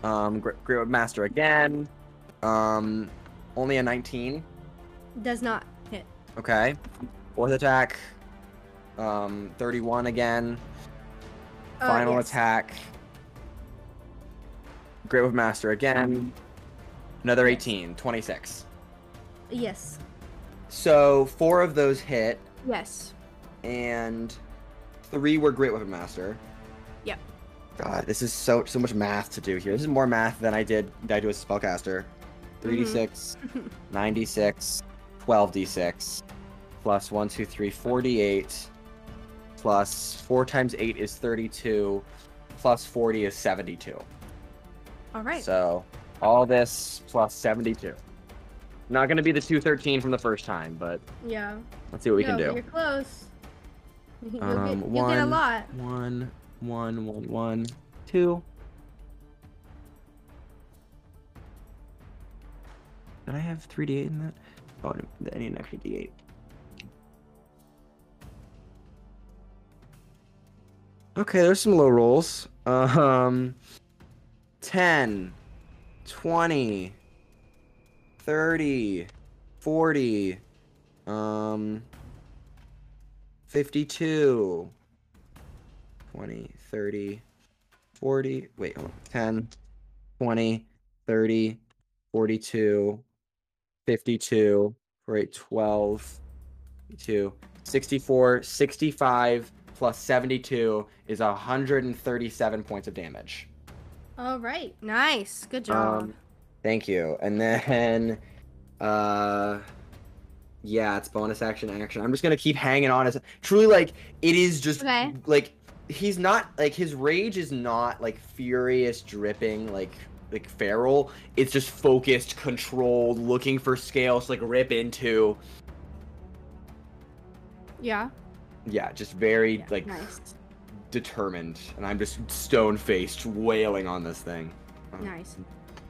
um great, great weapon master again um only a 19 Does not hit. okay fourth attack um 31 again Uh, Final yes. attack. Great with Master again. Another 18, 26. Yes. So four of those hit, Yes. and three were Great Weapon Master. Yep. God, this is so so much math to do here. This is more math than I did that I do as a spellcaster. 3d6, Mm-hmm. <laughs> 9d6, 12d6, plus 1, 2, 3, 48, plus 4 times 8 is 32, plus 40 is 72. All right. So all this plus 72. Not going to be the 213 from the first time, but yeah. let's see what we no, can do. You're close. <laughs> You'll, Um, get, you'll get a one. lot. One, one, one, one, two. Did I have three d8 in that? Oh, no, I need an extra d8. Okay, there's some low rolls. Um, 10, 20, 30, 40, um, 52, 20, 30, 40. Wait, hold on. 10, 20, 30, 42, 52, right, 12, 2, 64, 65 plus 72 is 137 points of damage. All right. Nice. Good job. Um, Thank you. And then uh Yeah, it's bonus action action. I'm just gonna keep hanging on. As truly like it is just Okay. like he's not like his rage is not like furious, dripping like like feral. It's just focused, controlled, looking for scales to like rip into. Yeah. Yeah, just very yeah, like nice. determined, and I'm just stone faced, wailing on this thing. Nice.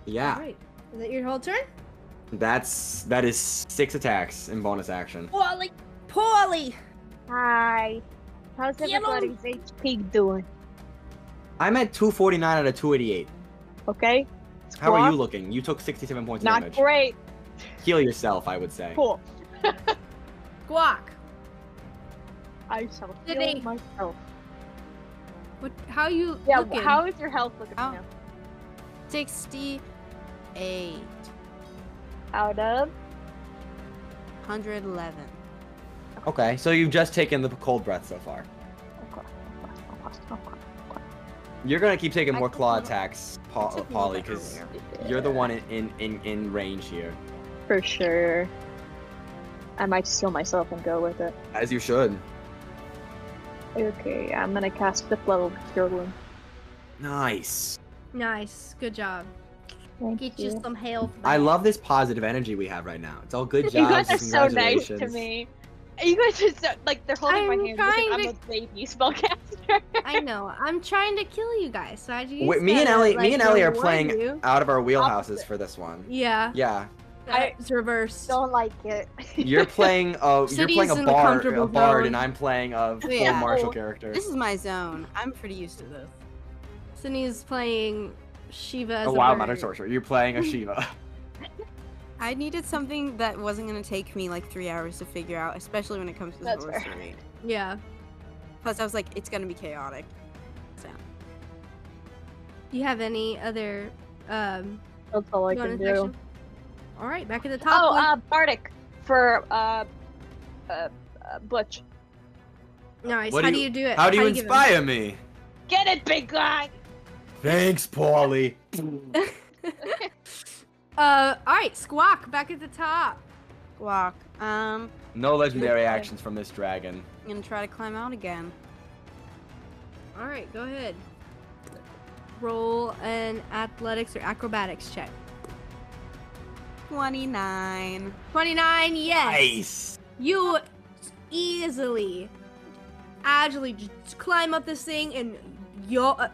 Yeah, Alright. Is that your whole turn? that's that is six attacks in bonus action. Poorly. Poorly. Hi. How's Yellow. everybody's HP doing? I'm at 249 out of 288. Okay. How are Squawk. you looking? You took 67 points of Not damage. great. Heal yourself, I would say. Cool. Guac. I shall Did heal they- myself. What, how you Yeah. looking? How is your health looking Oh. now? 68. Out of 111. Okay, so you've just taken the cold breath so far. You're gonna keep taking I more took claw one- attacks, I pa- took a Polly, little bit because earlier. you're the one in, in, in, in range here. for sure. I might just heal myself and go with it. As you should. Okay, I'm gonna cast fifth level cure wound. Nice. Nice. Good job. Thank Get you. you some health. I back. love this positive energy we have right now. It's all good jobs. <laughs> <laughs> you guys and are so nice to congratulations. me. You guys are so like they're holding I'm my hand. because trying I'm to- a baby spellcaster. <laughs> I know. I'm trying to kill you guys, so I just. Wait, me and gotta, Ellie- me like, and Ellie are reward playing- you. Out of our wheelhouses Opposite. for this one. Yeah. Yeah, I- It's reversed. Don't like it. <laughs> you're playing a you're City's playing in a the bar, comfortable a bard, zone. and I'm playing a full Yeah. martial character. This is my zone. I'm pretty used to this. Sydney's playing Shiva as A a wild bird. magic sorcerer. You're playing a Shiva. I needed something that wasn't going to take me like three hours to figure out, especially when it comes to That's fair. sorcery. Yeah. Plus, I was like, it's going to be chaotic. Do you have any other um That's all I can bonus do. action? All right, back at the top. Oh, one. uh, Bardic for uh, uh, uh, Butch. nice. what How do do you do it? How do you give him- inspire me? Get it, big guy. Thanks, Polly. uh, all right, Squawk back at the top. Walk. Um, no legendary actions from this dragon. I'm going to try to climb out again. All right, go ahead. Roll an athletics or acrobatics check. 29. 29, yes. Nice. You easily, agilely just climb up this thing and yo. Uh,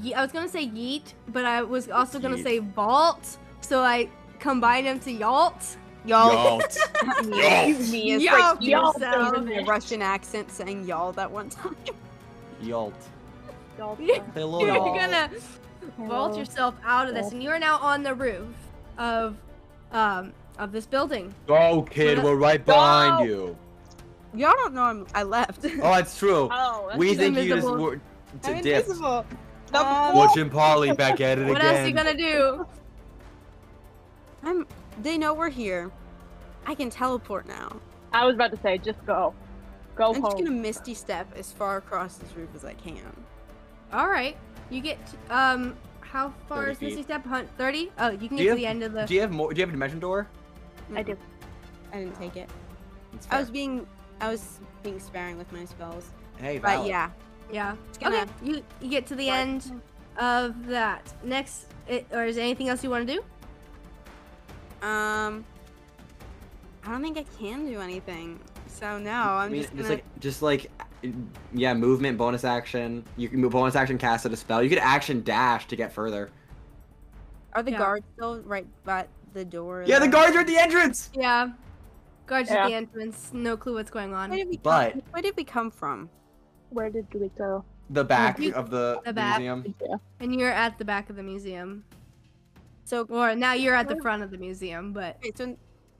ye- I was gonna say yeet, but I was also gonna Yeet. say vault, so I combined them to yalt. Y'all. Yalt. <laughs> You me is Y'all like y'all yourself. even in a <laughs> Russian accent saying y'all that one time. <laughs> Yalt. Hello, <laughs> You're y'all. gonna Oh. vault yourself out of this, and you are now on the roof of, um, of this building. Go, kid. We're right behind Go. you. Y'all don't know I'm, I left. Oh, it's true. Oh, we she's think you just invisible. were <laughs> I'm to dip. invisible. The Uh, fool- Butch and Polly back at it <laughs> What again. else you gonna do? <laughs> I'm. They know we're here. I can teleport now. I was about to say, just go, I'm go home. Oh. just gonna misty step as far across this roof as I can. All right, you get um. How far 30 is Misty feet. Step Hunt? Thirty. Oh, you can Do you get to have- the end of the. Do you have more? Do you have a dimension door? I do. Hmm. I didn't take it. It's I was fair. being. I was being sparing with my spells. Hey, But valid. yeah. Yeah. It's gonna- Okay. You you get to the end of that. Next, it, or is there anything else you want to do? Um. I don't think I can do anything. So no, I'm I mean, just gonna. like just like yeah, movement, bonus action. You can bonus action cast at a spell. You could action dash to get further. Are the Yeah. guards still right by the door? Yeah, the there? guards are at the entrance. Yeah. Guards at Yeah. the entrance. No clue what's going on. Where did we come, Um, But- where did we come from? Where did we go? The back you- of the, the back. museum. Yeah. And you're at the back of the museum. So Or now you're at the Where- front of the museum, but Wait, so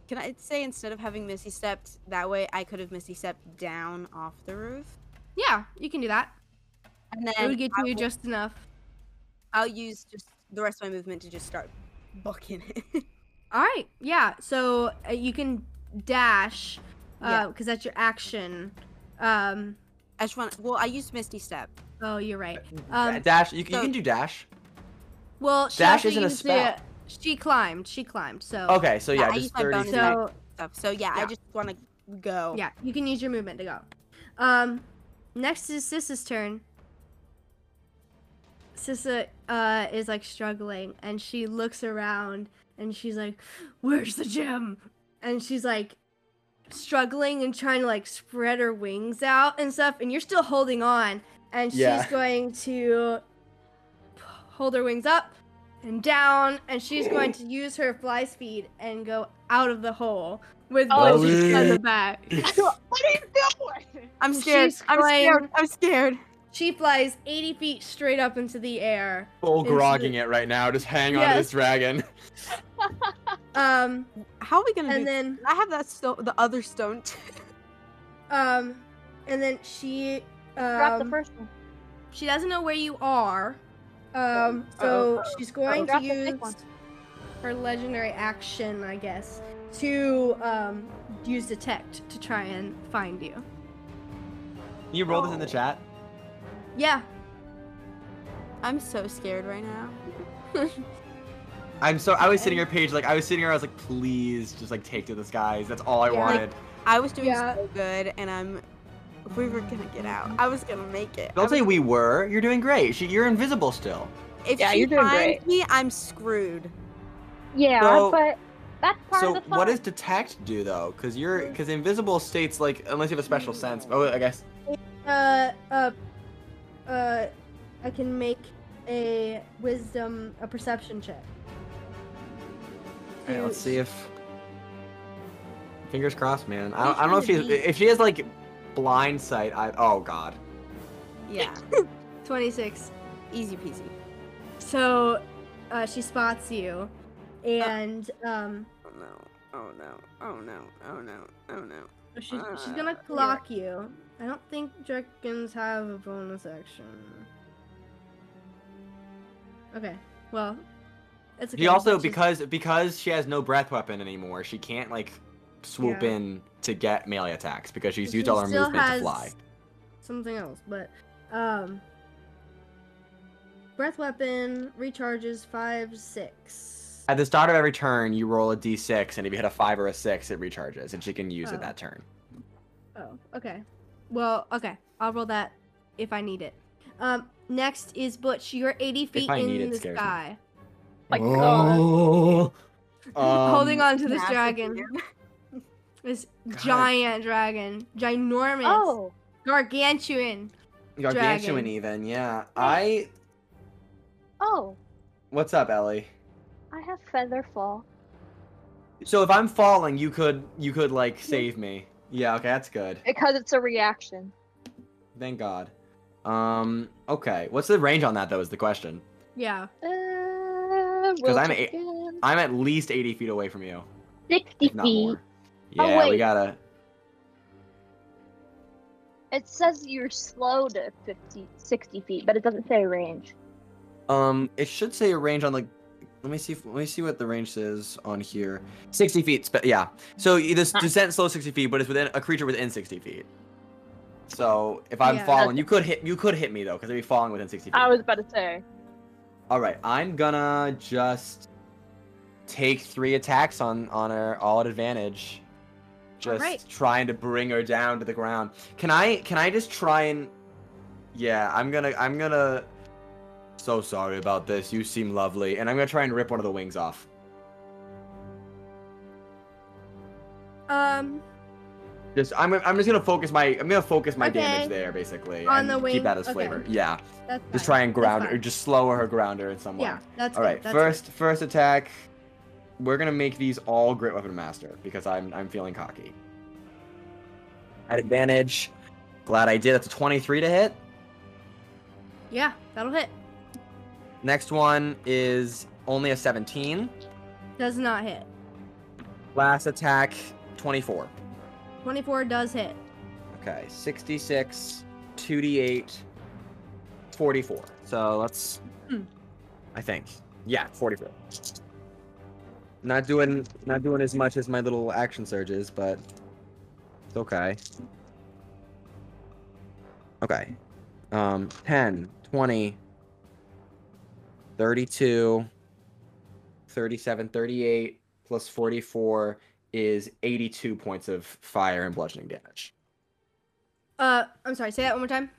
can I say instead of having Missy stepped that way, I could have Missy stepped down off the roof, yeah, you can do that. and It would then get I you will- just enough. I'll use just the rest of my movement to just start bucking it. <laughs> All right. Yeah. So uh, you can dash Yeah. because that's your action. Um. I just want. Well, I used Misty Step. Oh, you're right. Um, dash. You, can so- you can do dash. Well, she Dash also isn't a used spell. The, she climbed. She climbed. So. Okay, so yeah, yeah, I Oh. just used my thirty. bonus feet. <laughs> action. So stuff. So yeah, I Yeah. just want to go. Yeah, you can use your movement to go. Um, next is Sis's turn. Sissa uh, is like struggling and she looks around and she's like, Where's the gym? And she's like struggling and trying to like spread her wings out and stuff. And you're still holding on. And she's Yeah. going to p- hold her wings up and down. And she's going to use her fly speed and go out of the hole with Oh, both feet on yeah. the back. what are you doing? <laughs> I'm scared. She's I'm scared. going- I'm scared. She flies 80 feet straight up into the air. Full Into grogging the- it right now. Just hang on to this Yes. dragon. Um, How are we gonna do? and then, I have that stone, the other stone. too. um, and then she, Drop the um, first one. she doesn't know where you are. Um, so she's going to Drop the use big one. her legendary action, I guess, to, um, use detect to try and find you. Can you roll this in the chat? Yeah. <laughs> I'm so scared right now. I'm so I was sitting here, Paige. Like I was sitting here. I was like, please, just like take to the skies. That's all I Yeah. wanted. I was doing Yeah. so good, and I'm. We were gonna get out. I was gonna make it. I Don't was- say we were. You're doing great. She, you're invisible still. If Yeah, she you're doing finds me, I'm screwed. Yeah, So- but that's part So of the fun. what does detect do though? Because you're because invisible states like unless you have a special sense. Oh, I guess Uh, uh, uh, I can make a wisdom, a perception check. Alright, let's To- see if. Fingers crossed, man. I don't, I don't know if Who's she's gonna be? if she has like blind sight. I oh god. Yeah, 26. easy peasy. So uh, she spots you, and um, Oh no! Oh no! Oh no! Oh no! Oh no! she, she's Uh, gonna yeah. clock you. I don't think dragons have a bonus action. Okay, well, it's okay. She also but she's- because because she has no breath weapon anymore. She can't like swoop Yeah. in to get melee attacks because she's she used all her still movement to has fly. Something else, but um, breath weapon recharges five six. At the start of every turn, you roll a d6, and if you hit a five or a six, it recharges, and she can use Oh. it that turn. Oh, okay. Well, okay. I'll roll that if I need it. Um, next is Butch. You're 80 feet I need in it the scares me. sky, my god. <laughs> holding Um, on to this Massive dragon. deer. This God. giant dragon, ginormous, Oh, gargantuan. gargantuan, dragon. even yeah. I oh, what's up, Ellie? I have feather fall. So if I'm falling, you could you could like save me. Yeah, okay, that's good. Because it's a reaction. Thank God. Um, okay. What's the range on that though? Is the question. Yeah. Uh, Because I'm a- I'm at least 80 feet away from you, 60 if not feet. more. Oh, Yeah, we wait. gotta. It says you're slow to 50, 60 feet, but it doesn't say range. Um, it should say a range on like. Let me see. If, let me see what the range says on here. 60 feet. Spe- yeah. So y- Ah. this descent slow 60 feet, but it's within a creature within 60 feet. So if I'm Yeah. falling, you could hit. You could hit me though, because I'd be falling within 60 feet. was about to say. <laughs> All right, I'm gonna just take three attacks on on her all at advantage. Just right. trying to bring her down to the ground. Can I can I just try and Yeah, I'm gonna I'm gonna so sorry about this. You seem lovely. And I'm gonna try and rip one of the wings off. Um, Just I'm I'm just gonna focus my I'm gonna focus my Okay. damage there basically. On and the wing, Keep that as okay. flavor. Yeah. that's Just fine. try and ground her fine. just slower her grounder in some way. Yeah, that's All good, right, that's first first attack. We're gonna make these all great weapon master because I'm I'm feeling cocky. At advantage. Glad I did. That's a 23 to hit. good. Yeah, that'll hit. Next one is only a 17. Does not hit. Last attack, 24. 24 does hit. Okay, 66, 2d8, 44. So let's. Hmm. I think. Yeah, 44. Not doing not doing as much as my little action surges, but it's okay. Okay. Um 10, 20, 32, 37, 38 plus 44 is 82 points of fire and bludgeoning damage. Uh, I'm sorry. Say that one more time.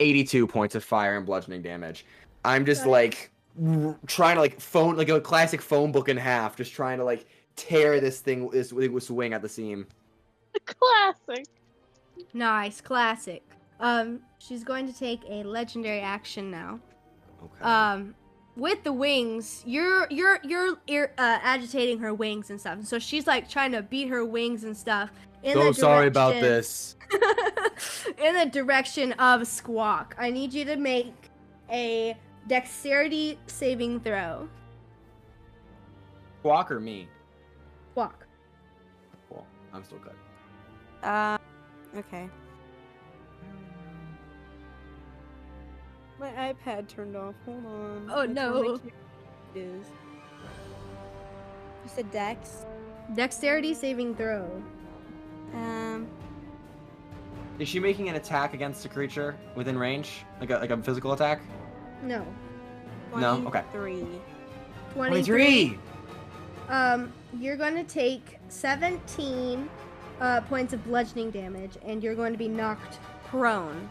82 points of fire and bludgeoning damage. I'm just like r- trying to like phone like a classic phone book in half, just trying to like tear this thing this, this wing at the seam. Classic. Nice, classic. Um, she's going to take a legendary action now. Okay. Um, with the wings, you're you're you're ir- uh, agitating her wings and stuff. So she's like trying to beat her wings and stuff. In so the sorry about direction- this. <laughs> in the direction of Squawk. I need you to make a dexterity saving throw. Walk or me? Squawk. Cool. I'm still good. Uh, okay. My iPad turned off. Hold on. Oh, Which one no. my key- It is. You said Dex. Dexterity saving throw. Um, Is she making an attack against a creature within range, like a like a physical attack? No. No? Okay. Three. 23. Um, you're going to take 17 uh, points of bludgeoning damage, and you're going to be knocked prone.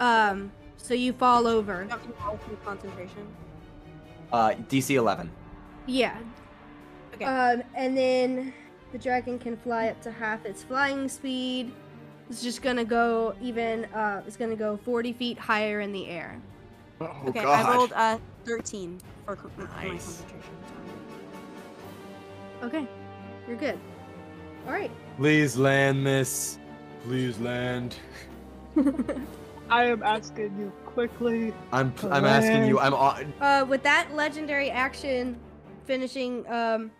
Um, so you fall over. Not from all from concentration. Uh, DC 11. Yeah. Okay. Um, and then the dragon can fly up to half its flying speed. It's just gonna go even. Uh, it's gonna go 40 feet higher in the air. Oh okay. god. I rolled uh 13 for co- my Nice. concentration. Okay, you're good. All right. Please land, miss. Please land. I am asking you quickly. I'm I'm asking you. I'm on. Uh, with that legendary action, finishing. Um.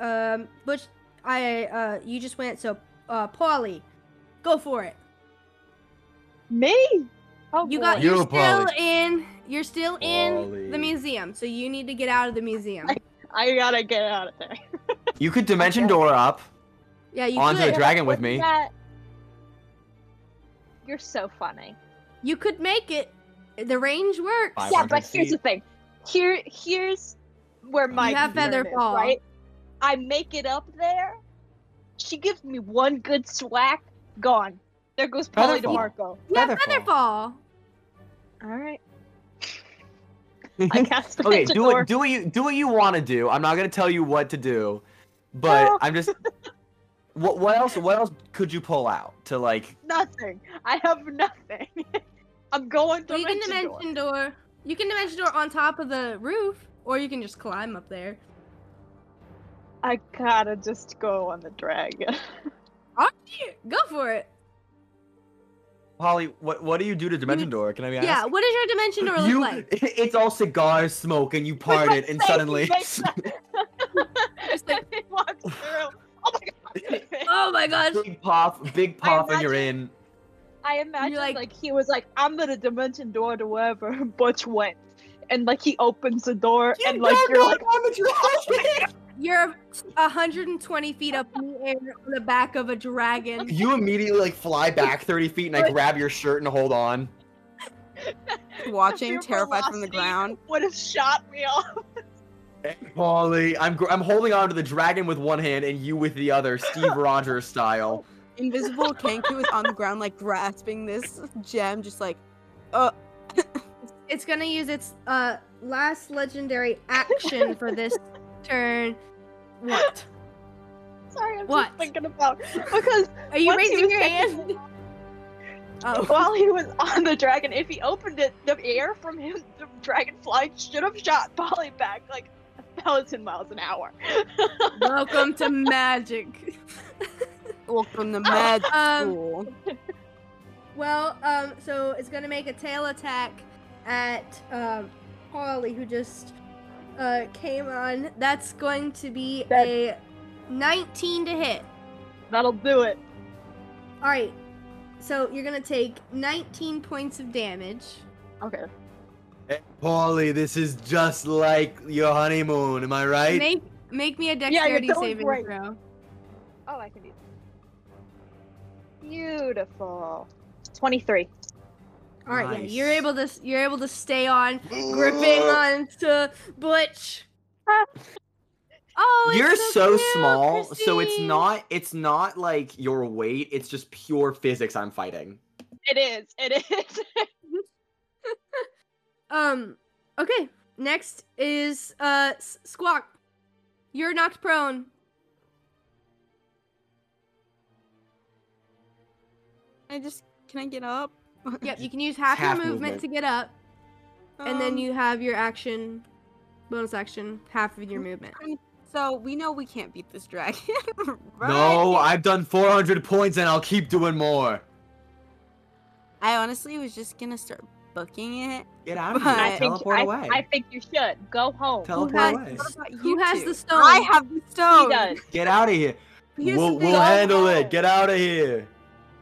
Um. Butch, I. Uh. You just went. So, uh, Polly, go for it. Me? Oh, You boy. got. You, You're still Polly. in. You're still in the Polly. museum. So you need to get out of the museum. I gotta get out of there. You could dimension Okay. door up. Yeah. You Onto the could. dra- Dragon with me. <laughs> That- You're so funny. You could make it. The range works. Five Yeah, 500 but here's the feet. thing. Here, here's where my You have concern feather is, fall. right? I make it up there. She gives me one good swack. Gone. There goes Polly Feather fall. DeMarco. All Yeah, Featherfall. Featherfall. right. I <laughs> cast <laughs> Okay, Dimension do what Door. do what you do what you want to do. I'm not gonna tell you what to do, but No. I'm just. What what else what else could you pull out to like? Nothing. I have nothing. <laughs> I'm going You can Dimension, Door. dimension door. You can dimension door on top of the roof, or you can just climb up there. I gotta just go on the <laughs> dragon. Go for it. Holly, what what do you do to dimension door? Can I be asked? Yeah. What does your dimension door look you, like? <laughs> It's all cigar smoke, and you part <laughs> it, and suddenly. <laughs> Just like, it walks through. Oh my <laughs> god! oh my gosh. Big pop, big I pop, and you're in. I imagine like- like, he was like, "I'm gonna dimension door to wherever <laughs> Butch went," and like he opens the door and like you're like, <laughs> You're 120 feet up in the air on the back of a dragon. You immediately like fly back 30 feet, and I grab your shirt and hold on. Watching, <laughs> Your terrified from the velocity <laughs> ground. "Would have shot me off." <laughs> Polly, I'm gr- I'm holding on to the dragon with one hand and you with the other, Steve Rogers style. Invisible Kanku is on the ground, like grasping this gem, just like, It's gonna use its uh last legendary action <laughs> for this turn. What? Sorry, I'm What? just thinking about because Are you once he raising was your taking- hand? <laughs> Oh. while he was on the dragon, if he opened it, the air from him, the dragonfly should have shot Polly back like a thousand miles an hour. <laughs> Welcome <laughs> to magic. <laughs> welcome to med Um, school. Well, um, so it's gonna make a tail attack at um, Polly, who just uh, came on. That's going to be That- a 19 to hit. That'll do it. All right, so you're gonna take 19 points of damage. Okay. Hey, Polly, this is just like your honeymoon. Am I right? Make make me a you're dexterity doing saving great. throw. Oh, I can do. Beautiful. Twenty-three. All right, yeah, you're Nice. able to you're able Ah. to stay on gripping onto Butch. oh, Oh, You're it's so cute, small, so it's Christine. not it's not like your weight, it's just pure physics I'm fighting. It is. It is. Um. Okay. Next is uh S- Squawk. You're <laughs> knocked prone. I just can I get up? Yep. You can use half, Half your movement, movement. to get up, and then Um, you have your action, bonus action, half of your movement. So we know we can't beat this dragon. <laughs> right? No, I've done 400 points and I'll keep doing more. I honestly was just gonna start booking it. Get out of But- here. I think, Teleport I, away. <laughs> I think you should go home. Teleport has- away. What about Who you has two? the stone? I have the He stone. does. Get out of here. Here's we'll the thing. we'll handle no. it. Get out of here.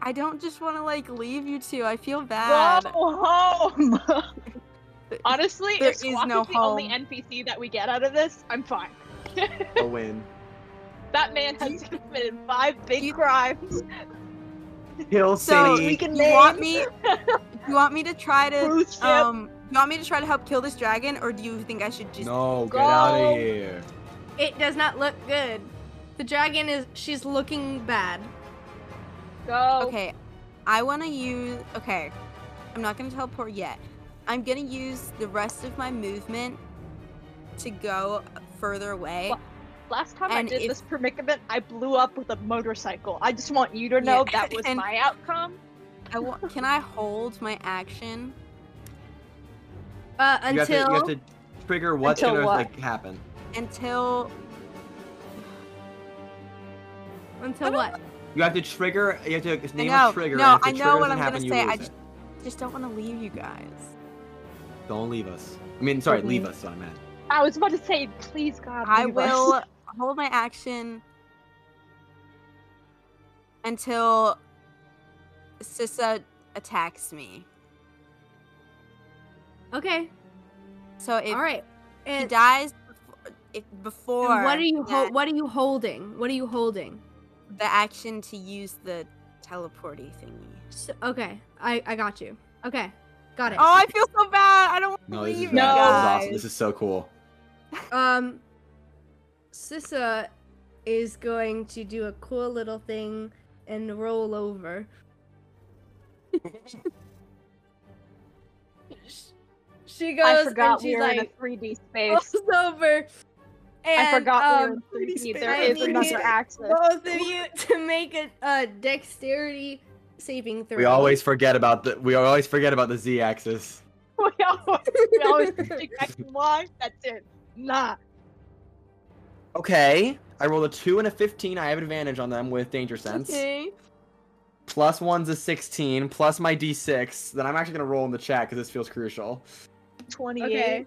I don't just want to like leave you two. I feel bad. Go <laughs> home. Th- Honestly, there if is Squawk no is the only home. NPC that we get out of this, I'm fine. A win. That man has committed five big crimes. Hill So City. we can you want name- me? you want me to try <laughs> to Cruise ship. um? You want me to try to help kill this dragon, or do you think I should just? No, get out Go. of here. It does not look good. The dragon is. She's looking bad. Oh. go. Okay, I want to use. Okay, I'm not gonna teleport yet. I'm gonna use the rest of my movement to go further away. Well, Last time I And did if- this predicament, I blew up with a motorcycle. I just want you to know Yeah, that was and- my outcome. I <laughs> want. Can I hold my action? Uh, you, have to, you until have to trigger what's Until gonna what? like happen. until until what? You have to trigger you have to name know, a trigger. no, and if the I know trigger what doesn't I'm gonna happen, you say, I lose just- it. just don't want to leave you guys. Don't leave us. I mean sorry, leave us, so I meant. I was about to say, please God, I leave us. <laughs> will hold my action until Sissa attacks me. Okay. So if All right. he And, and dies before, if before what are you? Ho- that, what are you holding? What are you holding? the action to use the teleporty thingy. So, okay. I I got you. Okay. Got it. Oh, I feel so bad. I don't want to No, leave this is, you bad. this is guys. awesome. This is so cool. Um, Sissa is going to do a cool little thing and roll over. <laughs> she goes I forgot and we she's were in like a 3D space. <laughs> rolls over. And, I forgot um, we were in 3D. I There is need you- another access. both of you <laughs> to make a, a dexterity saving throw. We always forget about the we always forget about the z axis. <laughs> we always, we always think I can lie. That's it. Nah. Okay. I rolled a two and a fifteen. I have advantage on them with danger sense. Okay. Plus one's a sixteen. Plus my d six. Then I'm actually gonna roll in the chat because this feels crucial. 28. Okay.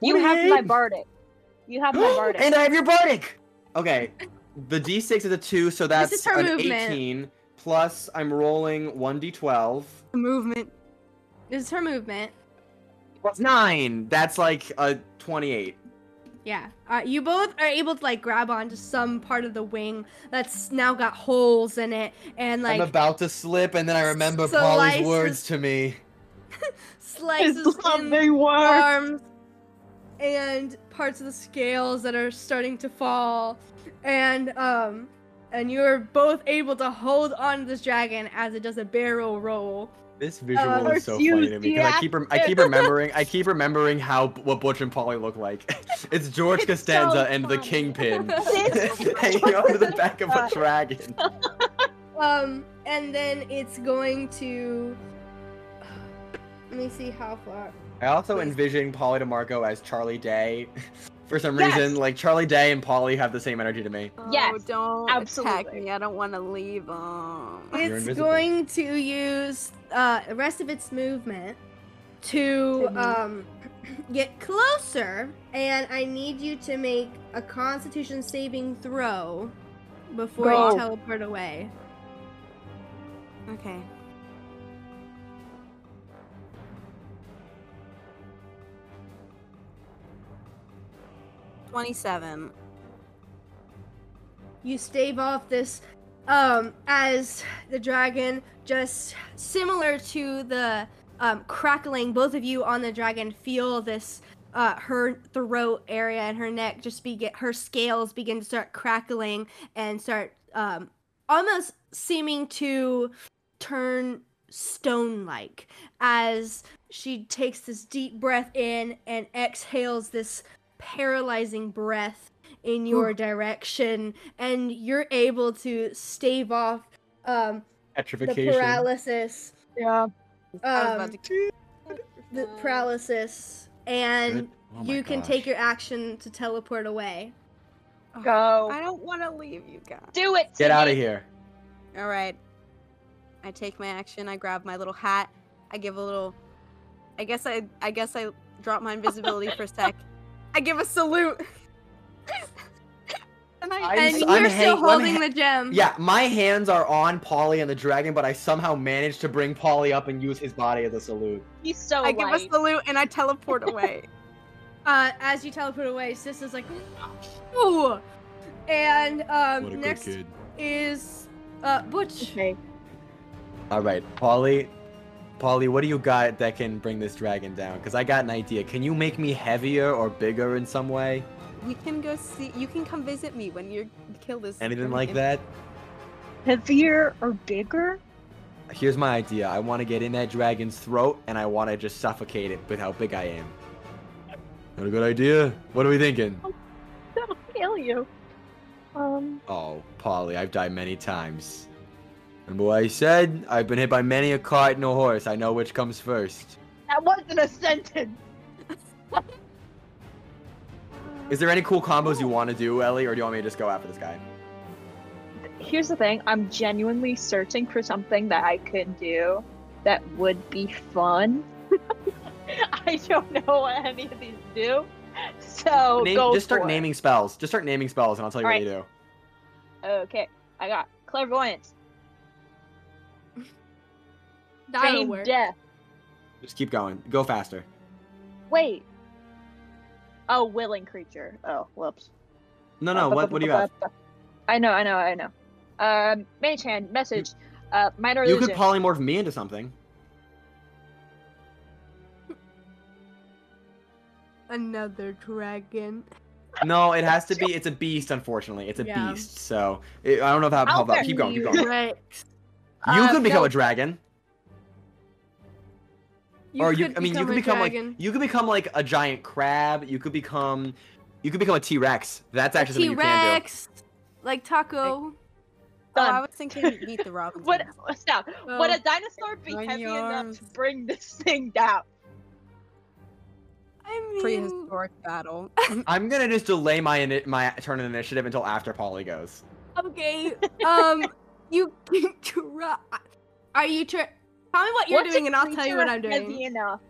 You have my 28. bardic. You have my <gasps> bardic. and I have your bardic. Okay. <laughs> The d6 is a two, so This that's is her an movement. eighteen. Plus I'm rolling one d12. Movement. This is her movement. Plus nine. That's like a twenty-eight. Yeah. Uh, you both are able to like grab onto some part of the wing that's now got holes in it and like I'm about to slip, and then I remember slices- Polly's words to me. slices in the work. arms and parts of the scales that are starting to fall and um and you're both able to hold on to this dragon as it does a barrel roll. This visual Uh, is so refuse funny to me because I keep rem- I keep remembering I <laughs> keep remembering how what Butch and Polly look like. <laughs> It's George It's so Costanza and the funny. Kingpin <laughs> This <laughs> is hanging onto the back of a dragon. Um and then it's going to <sighs> let me see how far. I also Please. envision Polly DeMarco as Charlie Day. <laughs> For some Yes. reason, like Charlie Day and Polly have the same energy to me. Oh, Yes, don't attack absolutely. me. I don't want to leave them. You're It's invisible. going to use uh, the rest of its movement to Mhm. um, <clears throat> get closer, and I need you to make a Constitution saving throw before Go. you teleport away. Okay. Twenty-seven. You stave off this um, as the dragon, just similar to the um, crackling. Both of you on the dragon feel this uh, her throat area and her neck just begin her scales begin to start crackling and start um, almost seeming to turn stone like as she takes this deep breath in and exhales this paralyzing breath in your direction and you're able to stave off um, the Petrification. paralysis Yeah. I was about um, to- the Oh. paralysis and Good- oh my you can take gosh. your action to teleport away Go. I don't want to leave you guys. Do it. Get out of Timmy. here. All right. I take my action. I grab my little hat. I give a little. I guess I. I guess I drop my invisibility for a sec. I give a salute. <laughs> and I. I- I'm and s- you're I'm still hang- I'm holding ha- the gem Yeah, my hands are on Polly and the dragon, but I somehow managed to bring Polly up and use his body as a salute. He's so I give light. a salute and I teleport away. uh, as you teleport away sis is like Ooh! and What a um, good next kid. is uh, butch Okay. All right, Polly. Polly, what do you got that can bring this dragon down? Because I got an idea. Can you make me heavier or bigger in some way? you can go see. You can come visit me when you kill this. Anything dragon. like that? Heavier or bigger? Here's my idea. I want to get in that dragon's throat and I want to just suffocate it with how big I am. Not a good idea. What are we thinking? That'll kill you. Um. Oh, Polly, I've died many times. Remember what I said? I've been hit by many a cart and a horse. I know which comes first. That wasn't a sentence. Is there any cool combos you want to do, Ellie, or do you want me to just go after this guy? Here's the thing. I'm genuinely searching for something that I can do that would be fun. <laughs> I don't know what any of these do. So Name- go just start for it. naming spells. Just start naming spells, and I'll tell you All what you do. Okay, I got clairvoyance, that'll feigned work death. Just keep going. Go faster. Wait. Oh, willing creature. Oh, whoops. No, no. What? What do you have? I know, I know, I know. Um, mage hand message. Uh, minor You illusion. could polymorph me into something. another <laughs> dragon No, it has to be. It's a beast, unfortunately. It's a Yeah. beast. So it, I don't know if that. How about? Alfred, Keep going. Keep going. Rex. Um, You Uh, could become no. a dragon, or you. I mean, you could become like dragon. you could become like a giant crab. You could become, you could become a T Rex. That's A actually something you can do. T-Rex, like Taco. Oh, I Done. was thinking meet the <laughs> Robinson. Would stop? Oh, Would a dinosaur be Run heavy your enough arms. to bring this thing down? I <laughs> mean, prehistoric battle. I'm gonna just delay my ini- my turn in initiative until after Polly goes. okay. Um, you can try. Are you try? Tell me what you're What's a doing, and I'll tell you what creature I'm Heavy doing. enough.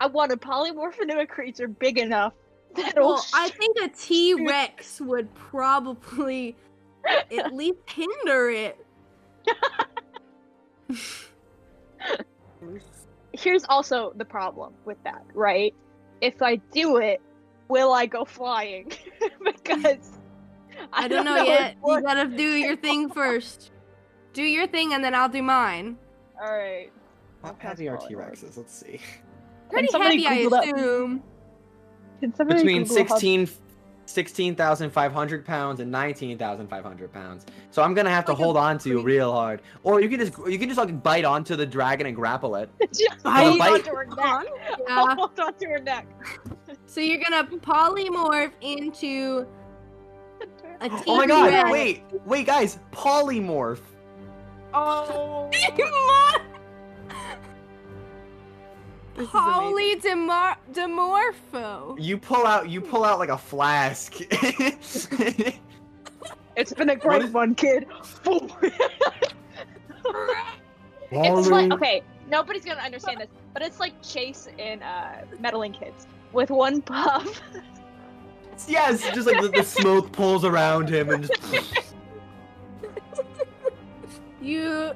I want to polymorph into a creature big enough <laughs> that'll. Well, I sh- think a T-Rex would probably at least hinder it. Here's also the problem with that, right? If I do it, will I go flying? <laughs> because I, don't, know, yet. You gotta do your thing first. Do your thing, and then I'll do mine. All right. How Okay, heavy are Polly T goes. Rexes? Let's see. Pretty somebody heavy, I Google that? assume. Can somebody Between Google how- <laughs> 16 16,500 pounds and 19,500 pounds. So I'm gonna have to Like a hold on to you creep. real hard. Or you can just you can just like bite onto the dragon and grapple it. Just Bite. hold onto her neck. Yeah. <laughs> Hold onto her neck. So you're gonna polymorph into <laughs> a T-Rex. Oh my god, T-Rex. <laughs> wait, wait guys, polymorph. Oh. Demor- This is amazing. polydemor- demorpho. You pull out you pull out like a flask. <laughs> It's been a What great is- one, kid. It's like okay, nobody's gonna understand this, but it's like Chase in uh, Meddling Kids. With one puff, yes, just like the, the smoke pulls around him and just, You,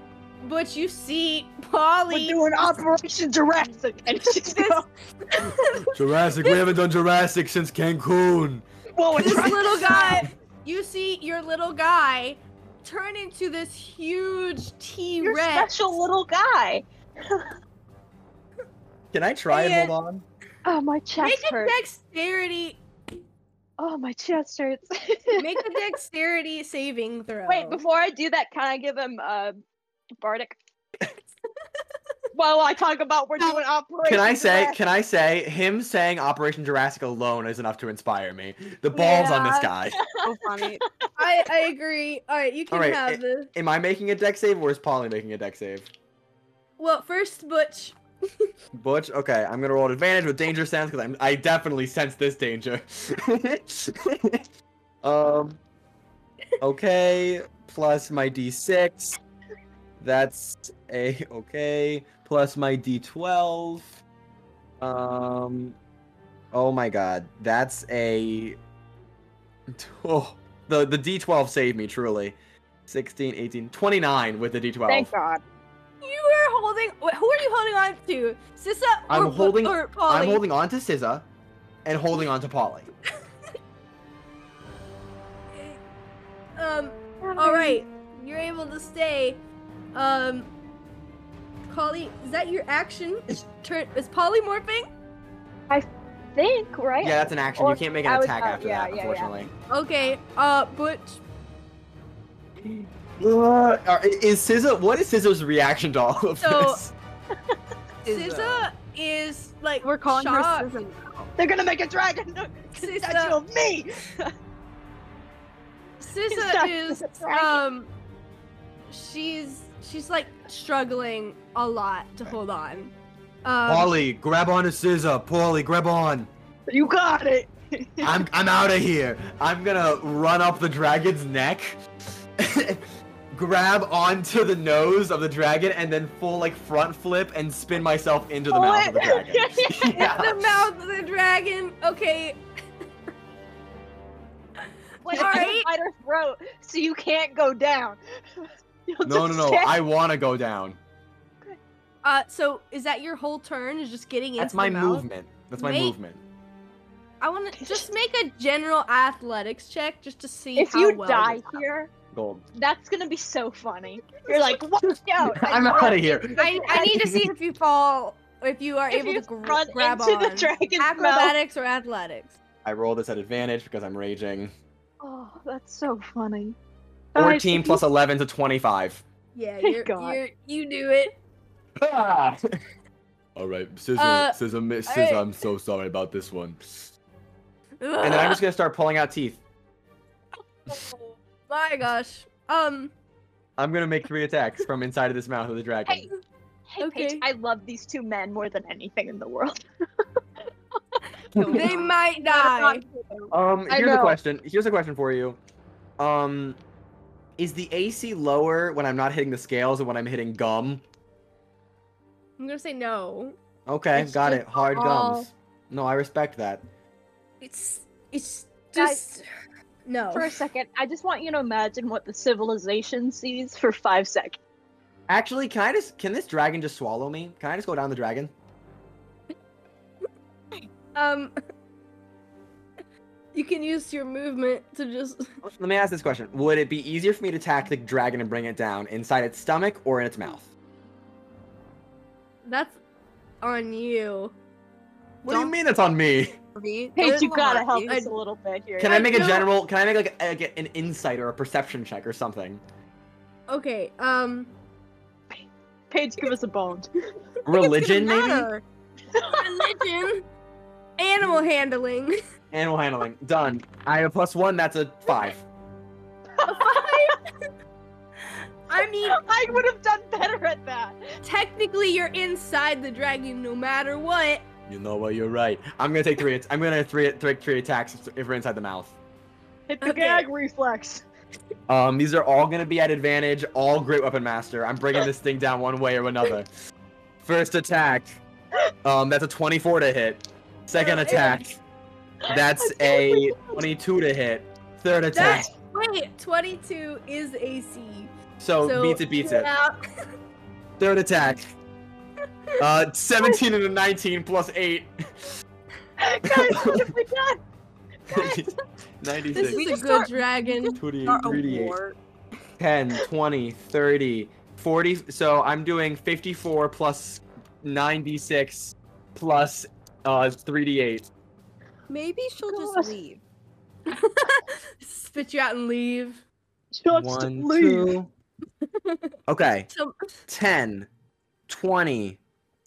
but you see, <laughs> we're Polly. doing Operation Jurassic, and it's <laughs> just This- <laughs> Jurassic. we haven't done Jurassic since Cancun. whoa, it's This <laughs> little guy. You see your little guy turn into this huge your T-Rex. special little guy. Can I try and hold on? Oh, my chest Make a hurts. dexterity. Oh, my chest <laughs> hurts. Make <laughs> a dexterity saving throw. Wait, before I do that, can I give him uh, <laughs> bardic? While I talk about we're doing operation. Can I say? Can I say? Him saying Operation Jurassic alone is enough to inspire me. The balls on this Yeah. guy. So funny. I, I agree. All right, you can right, eh. have it- the. Am I making a deck save or is Polly making a deck save? Well, first Butch. Butch. Okay, I'm gonna roll an advantage with danger sense because I'm I definitely sense this danger. <laughs> um. Okay, plus my d6. That's a okay. Plus my d12. Um. Oh my god, that's a. <laughs> Oh, the the d12 saved me truly. 16, 18, 29 with the d12. Thank God. You are holding. Wait, who are you holding on to? Sissa I'm or, Bu- holding- or I'm Polly? holding on to SZA and holding on to Polly. Um. All right, you're able to stay. Um. Polly, is that your action? Is turn is polymorphing? Think right? Yeah, that's an action. Or- you can't make an I was- attack uh, after yeah, that, yeah, yeah. unfortunately. Okay. Uh, Butch. Uh, are- is SZA? What is SZA's reaction to all of So- this? SZA is like We're calling shocked. her Susan. They're gonna make a dragon <laughs> statue SZA, of me. SZA Stop is the dragon. um. She's she's like struggling a lot to hold on. Um, Polly, grab on to SZA. Polly, grab on. You got it. I'm I'm out of here. I'm gonna run up the dragon's neck, <laughs> grab onto the nose of the dragon, and then full like front flip and spin myself into the mouth of the What? <laughs> dragon. Yeah. the mouth of the dragon. Okay, <laughs> Like, All I'm gonna right. bite her throat, so you can't go down. <laughs> You'll No, no, just no. stand- I want to go down. Uh, so is that your whole turn? Is just getting That's into my the mouth? movement. That's my Wait. movement. I want to just make a general athletics check just to see If how you well die you- here, Gold. that's gonna be so funny. You're like, watch out! <laughs> I'm out of here. I, I <laughs> need to see if you fall, if you are If able you to gr- run grab into on. the dragon's mouth. Acrobatics or athletics? I roll this at advantage because I'm raging. Oh, that's so funny. Guys, 14 if plus 11 to 25. <laughs> Yeah, Thank you're, God. you're you do it. Ah! All right, SZA, Uh, SZA, mi- SZA, right. I'm so sorry about this one. And then I'm just going to start pulling out teeth. Oh, <laughs> my gosh. Um. I'm going to make three attacks from inside of this mouth of the dragon. Hey, <laughs> hey Paige, Okay. I love these two men more than anything in the world. They might die. Um, I here's a know. question. Here's a question for you. Um, is the AC lower when I'm not hitting the scales and when I'm hitting gum? I'm gonna say no. Okay, It's got just it. Hard all- gums. No, I respect that. It's it's Guys, just no. For a second, I just want you to imagine what the civilization sees for five seconds. Actually, can I just can this dragon just swallow me? Can I just go down the dragon? Um, <laughs> you can use your movement to just. <laughs> Let me ask this question: Would it be easier for me to attack the dragon and bring it down inside its stomach or in its mouth? That's on you. What do you mean it's on me? Paige, you Don't gotta lie. help I- us a little bit here. Can I I make a don't- general? Can I make like, a, like an insight or a perception check or something? Okay. Um, Paige, give us a bone. <laughs> Religion, Doesn't maybe? matter. religion, <laughs> animal handling. <laughs> Animal handling. Done. I have a plus one. That's a five. I mean, I would have done better at that. technically, you're inside the dragon no matter what. You know what? You're right. I'm gonna take <laughs> three. at- I'm gonna three three three attacks if- if we're inside the mouth. Hit the Okay. gag reflex. Um, these are all gonna be at advantage. All great weapon master. I'm bringing this thing down one way or another. First attack. Um, that's a 24 to hit. Second Oh, it- attack. That's a 22 to hit. Third attack. That wait, 22 is AC. So, so beats Oh, it, beats it. Yeah, Third <laughs> attack. Uh, 17 and a 19 plus 8. Guys, what have we done? 96. <laughs> this We is a good just start- dragon. 28, Our 38, award. 10, 20, 30, 40. So I'm doing 54 plus 96 plus Uh, it's 3d8. Maybe she'll God. just leave. Spit you out and leave. Just One, leave. two. Okay. So 10, 20,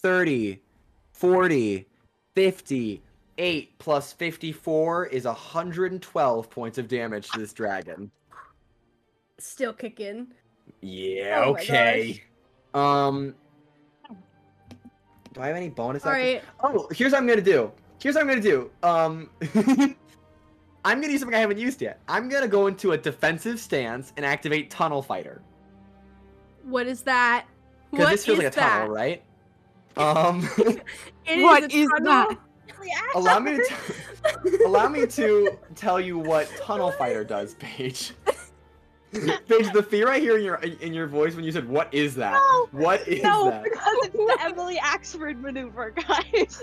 30, 40, 50. 8 plus 54 is 112 points of damage to this dragon. still kicking. Yeah, Oh my okay. Um. Do I have any bonus All action? right. Oh, here's what I'm gonna do. Here's what I'm gonna do. Um, <laughs> I'm gonna use something I haven't used yet. I'm gonna go into a defensive stance and activate Tunnel Fighter What is that? because What this feels is like a that? tunnel, right? Um, <laughs> It What a is tunnel. allow me to t- <laughs> allow me to tell you what Tunnel Fighter does, Paige. <laughs> Paige, the fear I hear in your in your voice when you said "What is that? No, what is no, that?" because it's the Emily Axford maneuver, guys.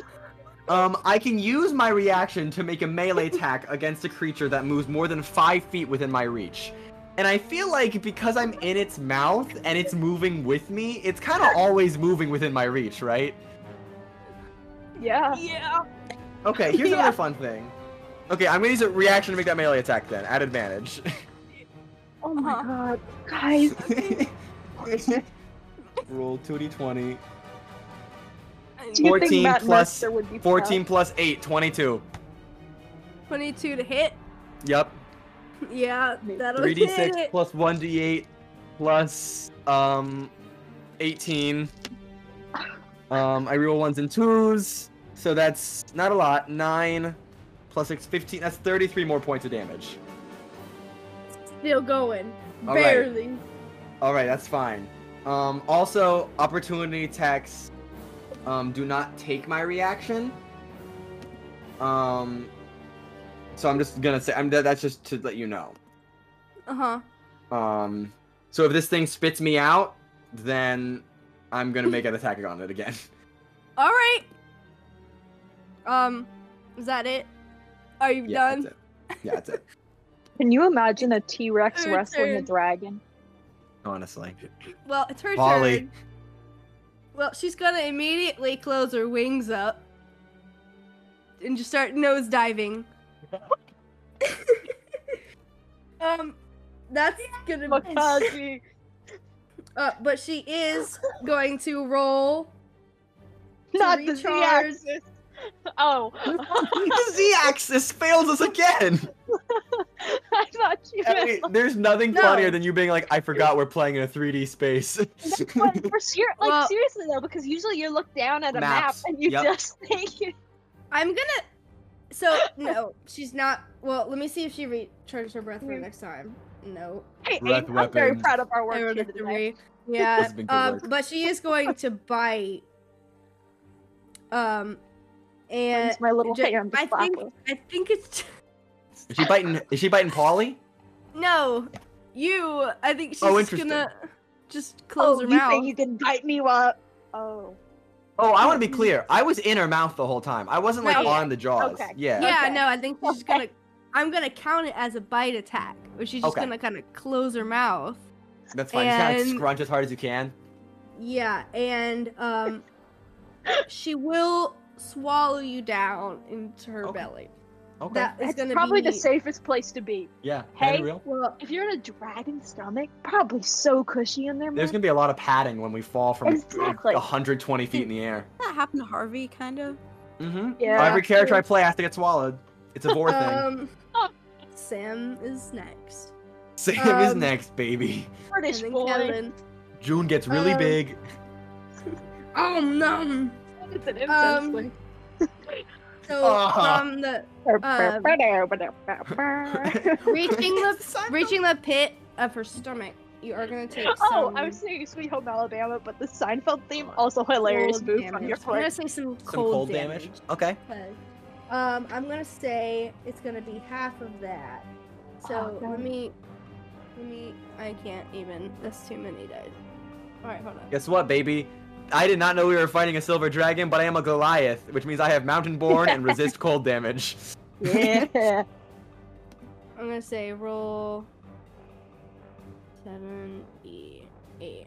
Um, I can use my reaction to make a melee attack against a creature that moves more than five feet within my reach. And I feel like because I'm in its mouth and it's moving with me, it's kind of always moving within my reach, right? Yeah. yeah. Okay, here's Yeah. another fun thing. Okay, I'm gonna use a reaction to make that melee attack then, at advantage. <laughs> Oh my Uh-huh. god, guys. Roll 2d20. Do you 14 think Matt plus Mercer would be proud? 14 plus 8, 22. 22 to hit. <laughs> Yep. Yeah, that'll <laughs> hit. 3d6 plus 1d8 plus um 18. Um, I roll ones and twos, so that's not a lot. Nine plus six, 15. That's 33 more points of damage. Still going. All right. Barely. All right, that's fine. Um, also, opportunity attacks um, do not take my reaction. Um, so I'm just gonna say I'm that, that's just to let you know. Uh huh. Um, so if this thing spits me out, then I'm gonna make an attack on it again. <laughs> All right. Um, is that it? Are you Yeah, done? that's it. Yeah, that's it. <laughs> Can you imagine a T Rex Her wrestling a turn. dragon? Honestly, Well, it's her Polly. turn. Well, she's gonna immediately close her wings up and just start <laughs> nose diving. um, that's gonna Makaji. Uh, but she is going to roll. To Not the Z recharge. axis. Oh. <laughs> the z-axis fails us again. I thought you Ellie, meant like, there's nothing No. funnier than you being like, I forgot we're playing in a 3D space. <laughs> but for ser- like Well- seriously though, because usually you look down at a Maps. map and you Yep. just <laughs> think you- I'm gonna. So no, she's not. Well, let me see if she recharges her breath for Mm. Mm-hmm. next time. No, Hey, Breath Aiden, I'm very weapon. proud of our work I here rolled a today. three. Yeah, That's been good um, work. but she is going to bite. Um, and It's my little ju- hand. I think I think it's is she biting? Is she biting Polly? no you. I think she's Oh, just interesting. gonna just close Oh, her you mouth. think you can bite me <laughs> while? Oh. Oh, I want to be clear. I was in her mouth the whole time. I wasn't like Right. on the jaws. Okay. Yeah. Yeah, Okay. no, I think she's just gonna. I'm gonna count it as a bite attack, where she's just Okay. gonna kind of close her mouth. that's fine. Just kind of And- scrunch as hard as you can. Yeah, and <laughs> um, she will swallow you down into her Okay. belly. Okay. That is That's gonna probably be the safest place to be. yeah. Hey. Real. Well, If you're in a dragon's stomach, probably so cushy in there. There's gonna be a lot of padding when we fall from Exactly. 120 feet in the air. That happened to Harvey, kind of. Mm-hmm. Yeah. Every character I play has to get swallowed. It's a vor <laughs> thing. um, Oh. Sam is next. Sam is um, next, baby. British and then boy. Kevin. June gets really um, big. Oh no! <laughs> It's an Um, incest link. So Ah. <laughs> from the <laughs> um, <laughs> oh, <laughs> reaching the reaching the pit of her stomach, you are <laughs> gonna <laughs> take. some Oh, I was singing Sweet Home Alabama, but the Seinfeld theme also hilarious cold move on damage. your I'm gonna part. say some cold, Some cold damage. Okay. Okay. Um, I'm gonna say it's gonna be half of that. So Oh, God. let me, let me. I can't even. That's too many dice. All right, hold on. Guess what, baby? I did not know we were fighting a silver dragon, but I am a Goliath, which means I have Mountain Born <laughs> and resist cold damage. <laughs> Yeah. I'm gonna say roll seven e eight.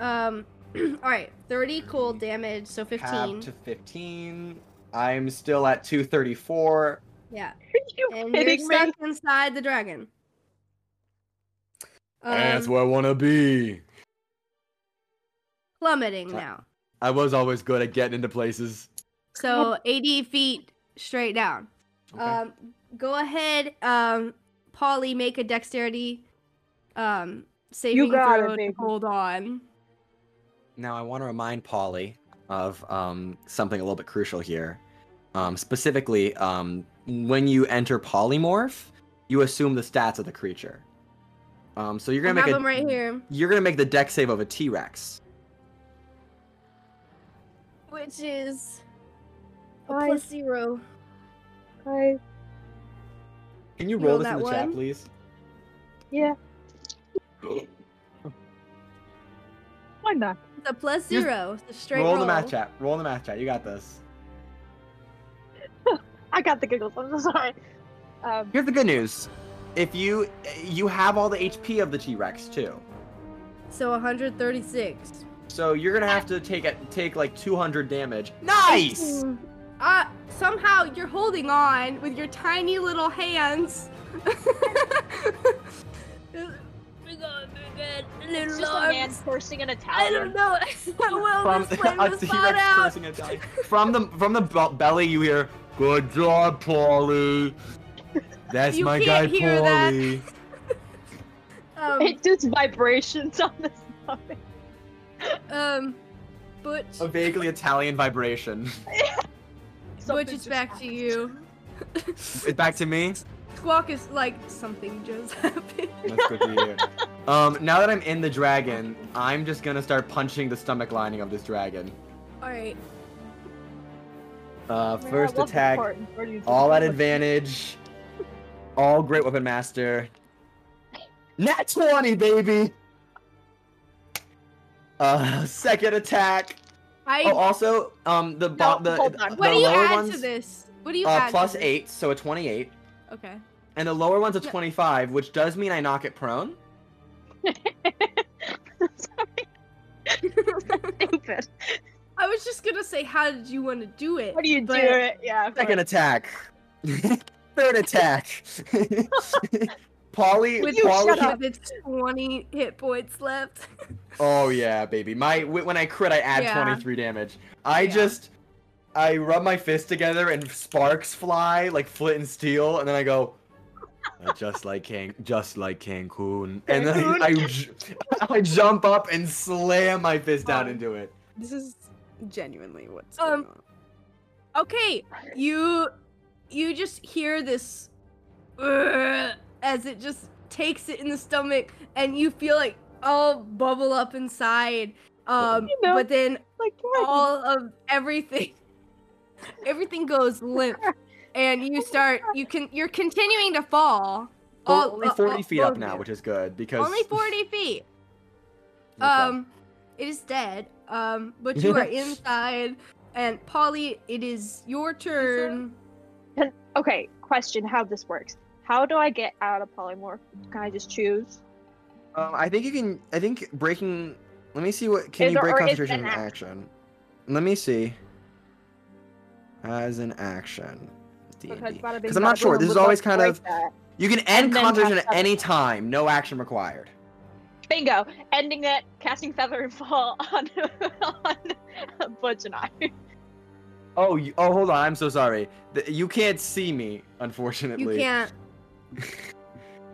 Um, <clears throat> All right, 30 cold damage, so 15. Half to 15. I'm still at 234. <laughs> Yeah, Are you and you're kidding me? stuck inside the dragon. That's Um, where I wanna be. plummeting now. I was always good at getting into places. So 80 feet straight down. Okay. Um, go ahead, um, Polly, make a dexterity um, saving got it, throw baby. to hold on. Now I want to remind Polly of um, something a little bit crucial here. Um, specifically, um, when you enter polymorph, you assume the stats of the creature. Um, so you're I gonna have make a, him right here, you're gonna make the deck save of a T-Rex. which is a Guys. plus zero. Guys, Can you You roll roll this in the that chat, one? please? yeah. Why not? It's a plus Just zero. It's a straight Roll, roll. the math chat. Roll the math chat. You got this. I got the giggles. I'm so sorry. Um, Here's the good news: if you you have all the HP of the T-Rex too, So 136. so you're gonna have to take a, take like 200 damage. Nice. Uh, somehow you're holding on with your tiny little hands. it's just a man forcing an I don't Italian. know. Will From <laughs> this <laughs> flame a was T-Rex thought out. cursing a dog. From the from the bel- belly, you hear, "Good job, Polly." That's You my guy can't hear that. Polly. Um, It does vibrations on the stomach. um, Butch, A vaguely Italian vibration. Butch Something is just back to happened. you. It's back to me. Squawk is like something just <laughs> happened. That's good to hear. Um, now that I'm in the dragon, I'm just gonna start punching the stomach lining of this dragon. All right, Oh Uh, Where I first love the attack. part where you just All at look- advantage. All great weapon master. Nat 20, baby! Uh, second attack. I. Oh, also, um, the bo- No, the, hold on. the what do you lower add ones, to this? What do you add? Uh, to plus this? eight, so a twenty-eight, Okay. and the lower one's a Yeah. twenty-five, which does mean I knock it prone. <laughs> Stupid. I was just gonna say, how did you want to do it? How do you do but- it? Yeah. but- Second attack. <laughs> Third <laughs> attack. <laughs> Polly, With, Polly. shut up. with its 20 hit points left. <laughs> Oh yeah, baby. My wh- when I crit, I add Yeah. 23 damage. I Yeah. just I rub my fist together and sparks fly like flint and steel, and then I go. Uh, just like Can- just like Cancun. And then I, I, j- I jump up and slam my fist down into it. This is genuinely what's Um, going on. Okay, you you just hear this "Ugh," as it just takes it in the stomach, and you feel like all bubble up inside. Um, You know, but then Like, all all of everything, <laughs> everything goes limp, and you start you can you're continuing to fall. Oh, All- only uh, 40 all- feet both up of now, you. which is good because only 40 feet. Okay. Um, it is dead. Um, but <laughs> you are inside, and Polly, it is your turn. okay, question how this works. How do I get out of polymorph? Can I just choose? um, I think you can. I think breaking. Let me see what can Is you there- break or is concentration an in action. Let me see. As an action. D&D. bada bing, Because I'm bada not sure. boom This is would always look kind like of. that. You can end and then concentration cast at any time. No action required. bingo. Ending it, casting feather and fall <laughs> on on Butch and I. Oh, you, oh, hold on. I'm so sorry. Th- You can't see me, You unfortunately. can't.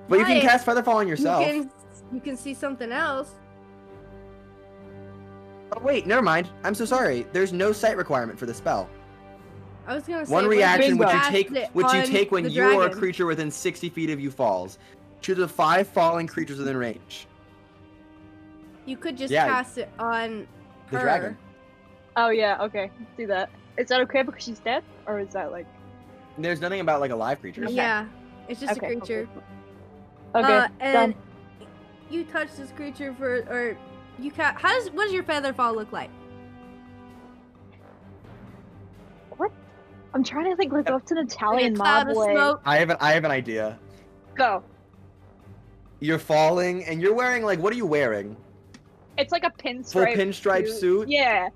But you can Right. cast Featherfall on yourself. You can you can see something else. Oh, wait, never mind. I'm so sorry. There's no sight requirement for the spell. I was gonna say One what if reaction which you cast take it which you on take when the you or a dragon? creature within 60 feet of you falls. Choose the five falling creatures within range. You could just Yeah. cast it on The her. dragon. Oh yeah, okay. Let's do that. Is that okay because she's dead? Or is that like There's nothing about like alive creatures. Yeah, it's just Okay, a cool, creature. Okay. uh, and you touch this creature for or you ca- how does what does your feather fall look like? I'm trying to think like what's an Like Italian a cloud mob of way? smoke. I have an I have an idea. Go. You're falling and you're wearing like what are you wearing? It's like a Full pinstripe. pinstripe suit. Yeah,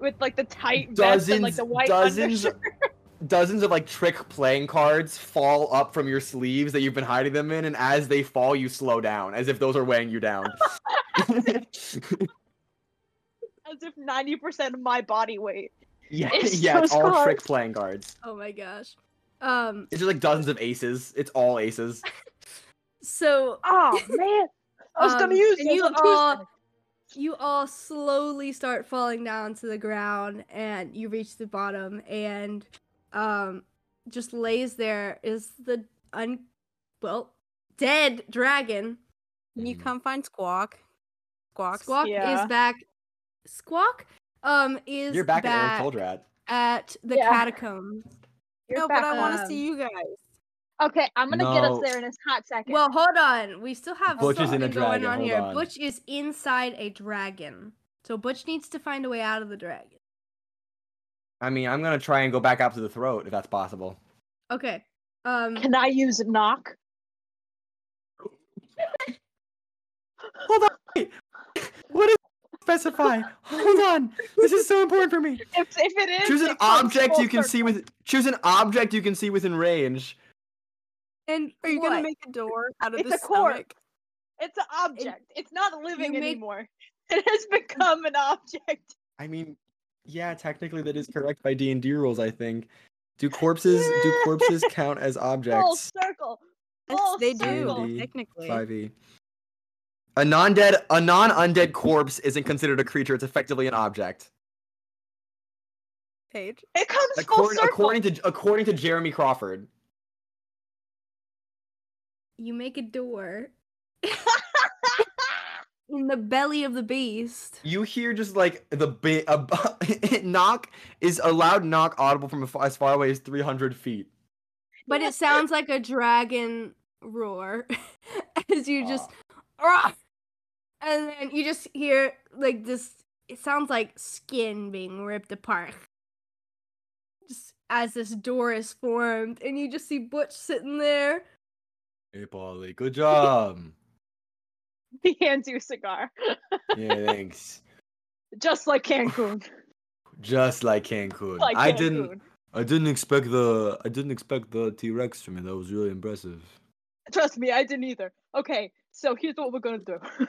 with like the tight vest and like Dozens, the white dozens, undershirt. <laughs> dozens of like trick playing cards fall up from your sleeves that you've been hiding them in, and as they fall, you slow down as if those are weighing you <laughs> down. <laughs> As if ninety percent of my body weight. yeah, It's yeah, it's those all trick cards. playing cards. Oh my gosh. Um. It's just like dozens of aces. It's all aces. So Oh man, I was Um, gonna use and those you on all- Tuesday. you all slowly start falling down to the ground and you reach the bottom and um just lays there is the un well dead dragon Can you come find Squawk? Squawk. squawk Yeah. is back squawk um is You're back, at back Eric Toldrat. at the Yeah. catacombs You're no, back Uh, but I want to Um, see you guys. Okay, I'm gonna get No. us there in a hot second. well hold on we still have Butch is in something a going dragon, on hold here on. butch is inside a dragon so butch needs to find a way out of the dragon I mean, I'm gonna try and go back up to the throat if that's possible. okay um can I use knock? Hold on. Wait. What is <laughs> specify? Hold on. This is so important for me. If, if it is, Choose an it comes object full you can circle. see with choose an object you can see within range. and Are you what? gonna make a door out of It's the a cork. stomach? It's an object. It's not living you make- anymore. <laughs> It has become an object. I mean, yeah, technically that is correct by D&D rules, I think. Do corpses do corpses count as Full objects? circle. Yes, Full they circle. do Maybe. technically. 5e. E. A non-dead a non-undead corpse isn't considered a creature, it's effectively an object. Page. It comes full According, circle. according to according to Jeremy Crawford. you make <laughs> a door in the belly of the beast. You hear just like the ba- a <laughs> bu- knock is a loud knock audible from a fa- as far away as 300 feet. But <laughs> it sounds like a dragon roar <laughs> as you just "Rah!" and then you just hear like this it sounds like skin being ripped apart. Just as this door is formed and you just see Butch sitting there. Ah. Hey, Polly, good <laughs> job. <laughs> he hands you a cigar, yeah, thanks. just like Cancun. <laughs> Just like Cancun. Like I didn't. Cancun. I didn't expect the I didn't expect the T Rex from me. That was really impressive. Trust me, I didn't either. Okay, so here's what we're gonna do. <laughs>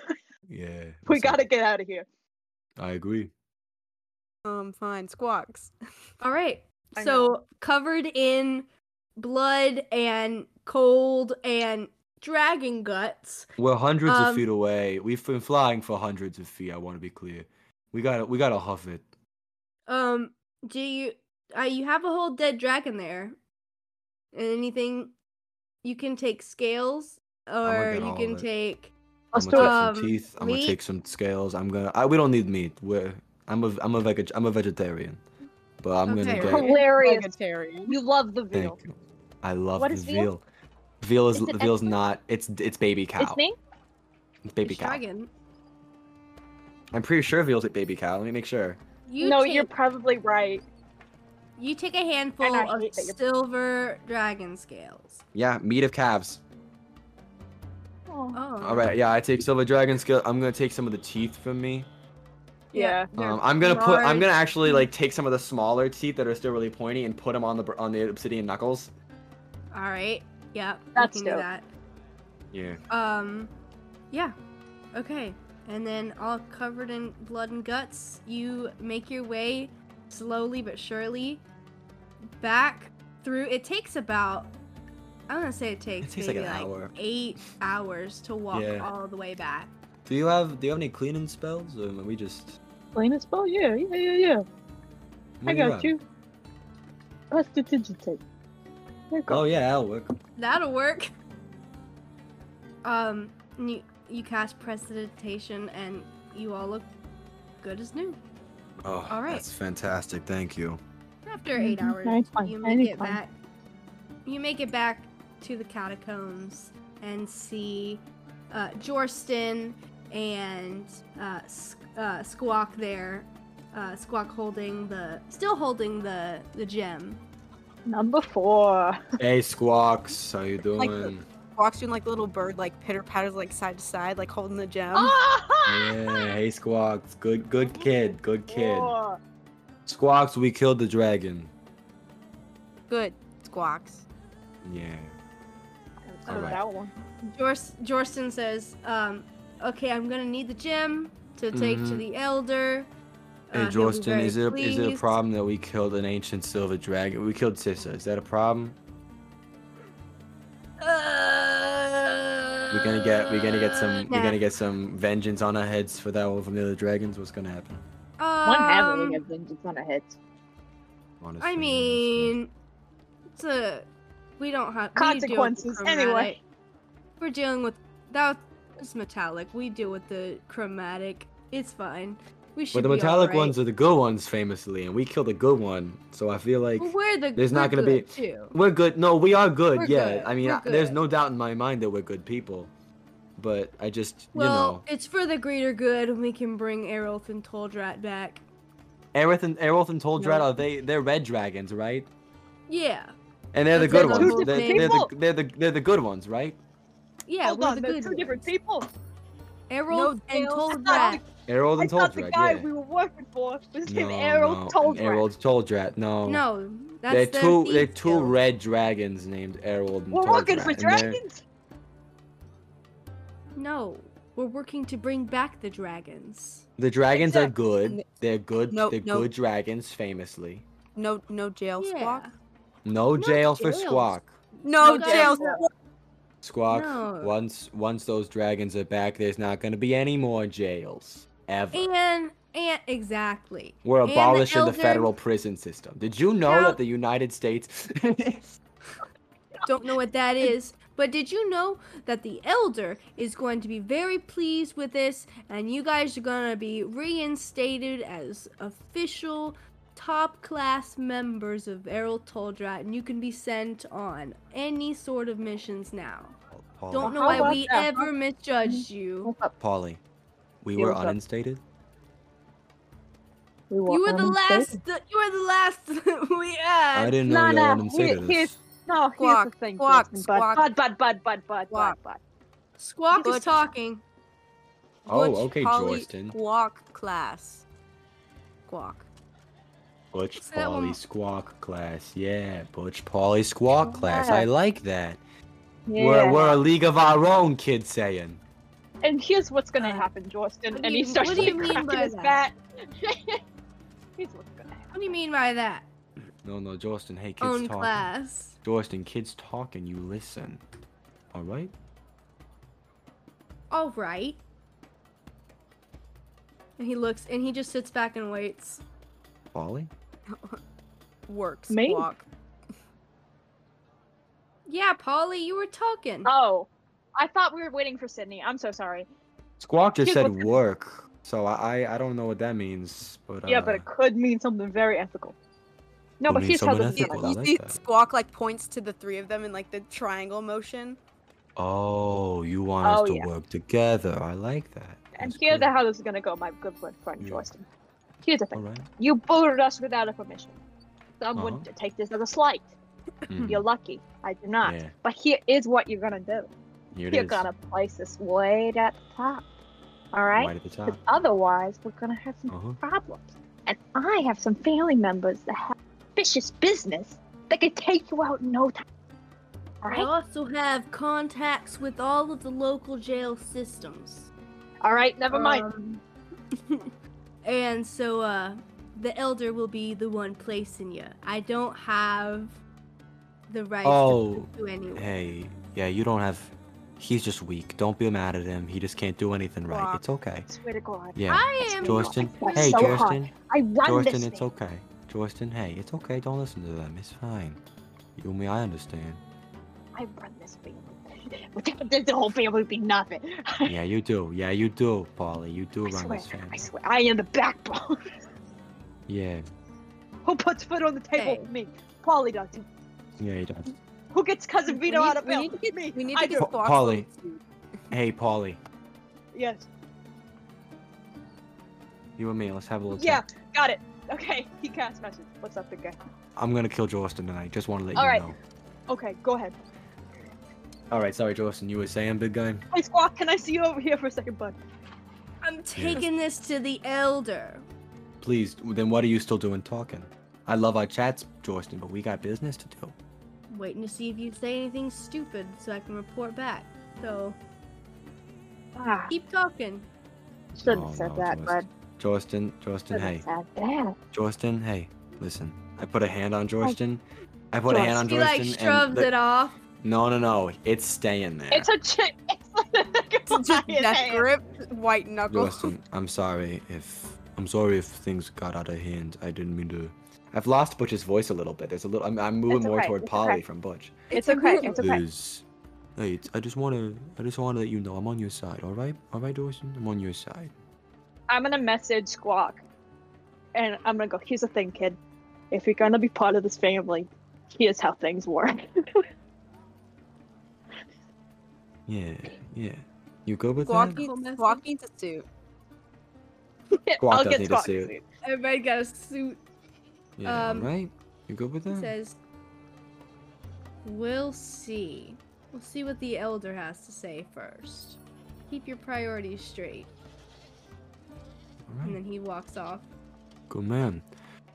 Yeah. we that's gotta it. get out of here. I agree. Um, fine. Squawks. <laughs> All right. I so know. covered in blood and cold and dragon guts. We're hundreds Um, of feet away. We've been flying for hundreds of feet. I want to be clear. We gotta we gotta huff it. Um, do you uh, you have a whole dead dragon there? And anything you can take scales gonna or get you all can of it. take I'm Let's do it. gonna take Um, some teeth. I'm meat? gonna take some scales. I'm gonna. I, we don't need meat. We're. I'm a. I'm a veg. I'm a vegetarian. But I'm Okay. gonna get. Hilarious. Vegetarian. You love the veal. Thank you. I love What the is veal? veal. Veal is Is it veal's excellent? not. It's it's baby cow. It's me. It's baby it's cow. dragon. I'm pretty sure Veal's a baby cow. Let me make sure. You no, take, you're probably right. you take a handful of hate that you're- silver dragon scales. Yeah, meat of calves. Oh, Oh. All right. Yeah, I take silver dragon scale. I'm gonna take some of the teeth from me. yeah. they're Um, I'm gonna put. I'm large. gonna actually like take some of the smaller teeth that are still really pointy and put them on the br- on the obsidian knuckles. All right. Yeah. you That's can dope. do that. Yeah. Um, yeah. Okay. And then, all covered in blood and guts, you make your way slowly but surely back through. It takes about, I'm gonna say it takes, takes like maybe an like, hour. eight hours to walk Yeah. all the way back. Do you have Do you have any cleaning spells, or are we just? Plain as well. Yeah, yeah, yeah, yeah. what do I you got have? you. Let's digitate. There you go. Oh yeah, that'll work. That'll work. Um, and you, you cast Prestidigitation, and you all look good as new. Oh, All right. that's fantastic. Thank <laughs> you. After 8 Mhm, hours, anytime, you make it anytime. back. You make it back to the catacombs and see uh, Jorston and uh, S- uh, Squawk there. Uh, Squawk holding the, still holding the the gem. Number four. Hey, squawks. How you doing? Like- walks through and like the little bird like pitter patters like side to side, like holding the gem. Ah! Yeah, hey Squawks, good good kid, good kid. Whoa. Squawks, we killed the dragon. Good squawks. Yeah. Oh, Alright. that one. Jors- Jorsten says, um, "Okay, I'm gonna need the gem to take to Mhm. the elder." Hey, Uh, he'll be Jorsten, very is it, is it a pleased." problem that we killed an ancient silver dragon? We killed Sissa. Is that a problem? Uh, We're gonna get we're gonna get some Nah. we're gonna get some vengeance on our heads for that one from the other dragons. What's gonna happen? One Um, heavily of them just on a hit. Honestly, I honestly. mean, it's a we don't have Consequences, We deal with the anyway. chromatic. We're dealing with that. It's metallic. We deal with the chromatic. It's fine. We should. But the be metallic alright. ones are the good ones, famously, and we killed a good one. So I feel like Well, we're the. there's not we're gonna be- good, Too. we're good. No, we are good. We're yeah, good, I mean, we're I, there's good. no doubt in my mind that we're good people. But I just, Well, you know, it's for the greater good, and we can bring Aerith and Toldrat back. Aerith and Aerith and Toldrat No. are they? They're red dragons, right? Yeah, And they're the They're good two ones. different They're, they're the people. they're the they're the good ones, right? yeah. Hold we're on, the they're good two different ones. people. Aerith and Dale's- Toldrat. Aerith I and thought the Toldrat. guy yeah. we were working for was no, named Errol no, Toldrat. Aerith Toldrat. No. No, Oh. that's they're the two they're thief two guild. red dragons named Errol and we're working Toldrat, for and they're- dragons. No, we're working to bring back the dragons. The dragons are Except- good. They're good. No, they're no. good dragons, famously. No, no jail squawk. Yeah. No Not jail for jails. Squawk. No, No jail jail. squawk. Squawk. No. Once once those dragons are back, there's not gonna be any more jails ever. And and exactly. We're and the abolishing the elder- federal prison system. Did you know How- that the United <laughs> States? Don't know what that is, but did you know that the elder is going to be very pleased with this, and you guys are going to be reinstated as official top class members of Errol Toldrat, and you can be sent on any sort of missions now. Don't know How why about we that? ever misjudged you. Hold up, Polly, we Yeah, were what's up? uninstated. we You were the uninstated. last. <laughs> You were the last <laughs> we I had. didn't know Nah, you were nah, here- uninstated. here's- No, here's Squawk, the thing. squawk, Jason, squawk. Bud, bud, bud, bud, bud, bud, Squawk. bud. Squawk is Good. talking. Oh, Butch okay, Polly Joyston. Squawk class. Squawk. Butch Say that one Polly more- Squawk class. Yeah, Butch Polly Squawk class. Yeah. I like that. Yeah. We're, we're a league of our own, kid saying. And here's what's gonna Uh, happen, Jordan. what do And you- he starts what do you like, mean cracking by his that? <laughs> bat. here's what's gonna happen. What do you mean by that? No, no, Joyston, hey, kids Own talking. class. Joyston, kids talking, you listen. All right? All right. And he looks and he just sits back and waits. Polly? Work Me? squawk. Yeah, Polly, you were talking. Oh, I thought we were waiting for Sydney. I'm so sorry. Squawk just Kids said listen. work, so I, I I don't know what that means, but uh, Yeah, but it could mean something very ethical. No, Could but mean here's how something this is. You, ethical. done. I you like see that. squawk like points to the three of them in like the triangle motion. oh, you want Oh, us to yeah. work together. I like that. And That's here's good. how this is gonna go, my good friend Yeah. Jordan. Here's the All thing. <laughs> right. You booted us without our permission. Some Uh-huh. would take this as a slight. Hmm. Mm, You're lucky. I do not. Yeah, But here is what you're gonna do. here it You're is, gonna place this way at the top. All right? right? at the top. Because otherwise, we're gonna have some Uh-huh. problems. And I have some family members that have vicious business that could take you out in no time. All I right? also have contacts with all of the local jail systems. All right. Never mind. Um, and so uh the elder will be the one placing you. I don't have the right Oh, to put you anywhere. Hey, yeah, you don't have. He's just weak. Don't be mad at him. He just can't do anything right. Squawk. It's okay. I swear to God. Yeah. I am Joyston, It's hey, so hard. Joyston. I run this Joyston, thing. it's okay. Joyston, hey, it's okay. Don't listen to them. It's fine. You and me, I <laughs> understand. I run this family. <laughs> Without this, the whole family would be nothing. <laughs> Yeah, you do. Yeah, you do, Polly. You do I run swear, this I family. swear, I am the backbone. <laughs> Yeah, Who puts foot on the table Hey. for me? Polly does. yeah, you don't. Who gets cousin We Vito need- out of we bail? need to get- me. We need I to get do. Pa- squawk. Polly. Hey, Polly, Yes. you and me, let's have a little. Yeah. chat. Got it. Okay. He cast message. What's up, big guy? I'm gonna kill Joyston tonight. Just want to let All you right. know. Okay. Go ahead. All right, sorry, Justin. You were saying, big guy. Hey, Squawk, can I see you over here for a second, bud? I'm taking this to the elder. Please. Then what are you still doing talking? I love our chats, Justin, but we got business to do. Waiting to see if you say anything stupid so I can report back. So Ah, keep talking. shouldn't Oh, have said no, that, bud. Justin. Justin, Justin, Shouldn't hey, have said that. Justin, hey, listen. I put a hand on Justin. I put a hand on He Justin. like and shrugs the- it off. No, no, no. It's staying there. It's a chick. <laughs> It's <laughs> like Just a death Goliath. grip, white knuckle. Justin, I'm sorry if I'm sorry if things got out of hand. I didn't mean to. I've lost Butch's voice a little bit. There's a little. I'm, I'm moving It's more okay, toward it's Polly okay. from Butch. It's okay. It's okay. Is- hey, it's- I just wanna. I just wanna let you know I'm on your side. All right, all right, Justin. I'm on your side. I'm gonna message Squawk, and I'm gonna go. Here's the thing, kid. If you're gonna be part of this family, here's how things work. <laughs> Yeah, yeah. You good with Squawk that? Cool needs, message. Squawk needs a suit. Squawk I'll does get need to Squawk. see it. soon. Everybody got a suit. Yeah, um, all right. You good with He that? says, "We'll see. We'll see what the elder has to say first. Keep your priorities straight." All right. And then he walks off. mm-hmm. Good man.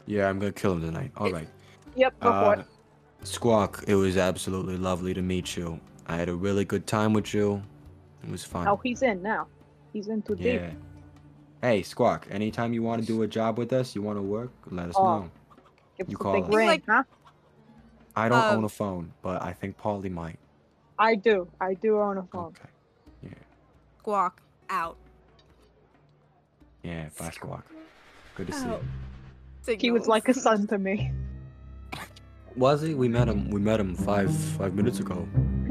Yeah, I'm gonna kill him tonight. All right. Yep, go for Uh, it. Squawk, it was absolutely lovely to meet you. I had a really good time with you. It was fun. Oh, he's in now. He's in too deep. yeah. Hey, Squawk, anytime you want to do a job with us, you want to work, let us Oh. know. Give You us a call big us. He's ring, like- huh? I don't Um, own a phone, but I think Paulie might. I do. I do own a phone. Okay. Squawk out. Yeah, bye, Squawk. Good to see Oh. Out. you. He was like a Signals. son to me. Was he? We met him. We met him five five minutes ago.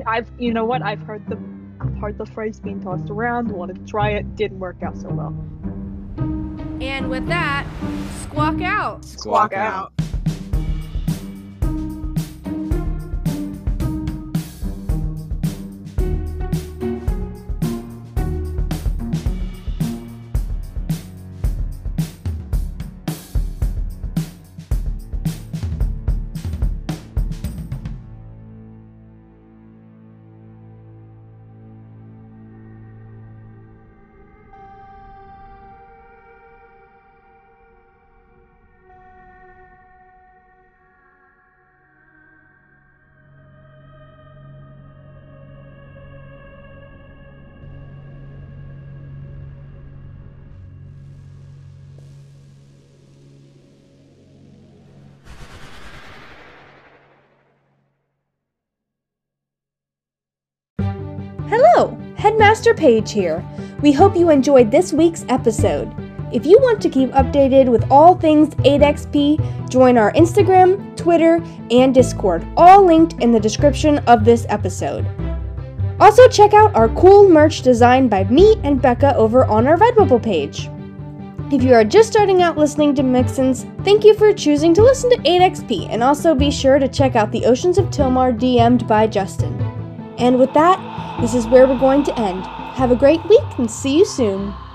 I've, you know what? I've heard the, I've heard the phrase being tossed around. Wanted to try it. Didn't work out so well. And with that, squawk out. Squawk out. Hello, Headmaster Page here. We hope you enjoyed this week's episode. If you want to keep updated with all things 8XP, join our Instagram, Twitter, and Discord, all linked in the description of this episode. Also, check out our cool merch designed by me and Becca over on our Redbubble page. If you are just starting out listening to Mixins, thank you for choosing to listen to 8XP, and also be sure to check out the Oceans of Tilmar DM'd by Justin. And with that, this is where we're going to end. Have a great week and see you soon.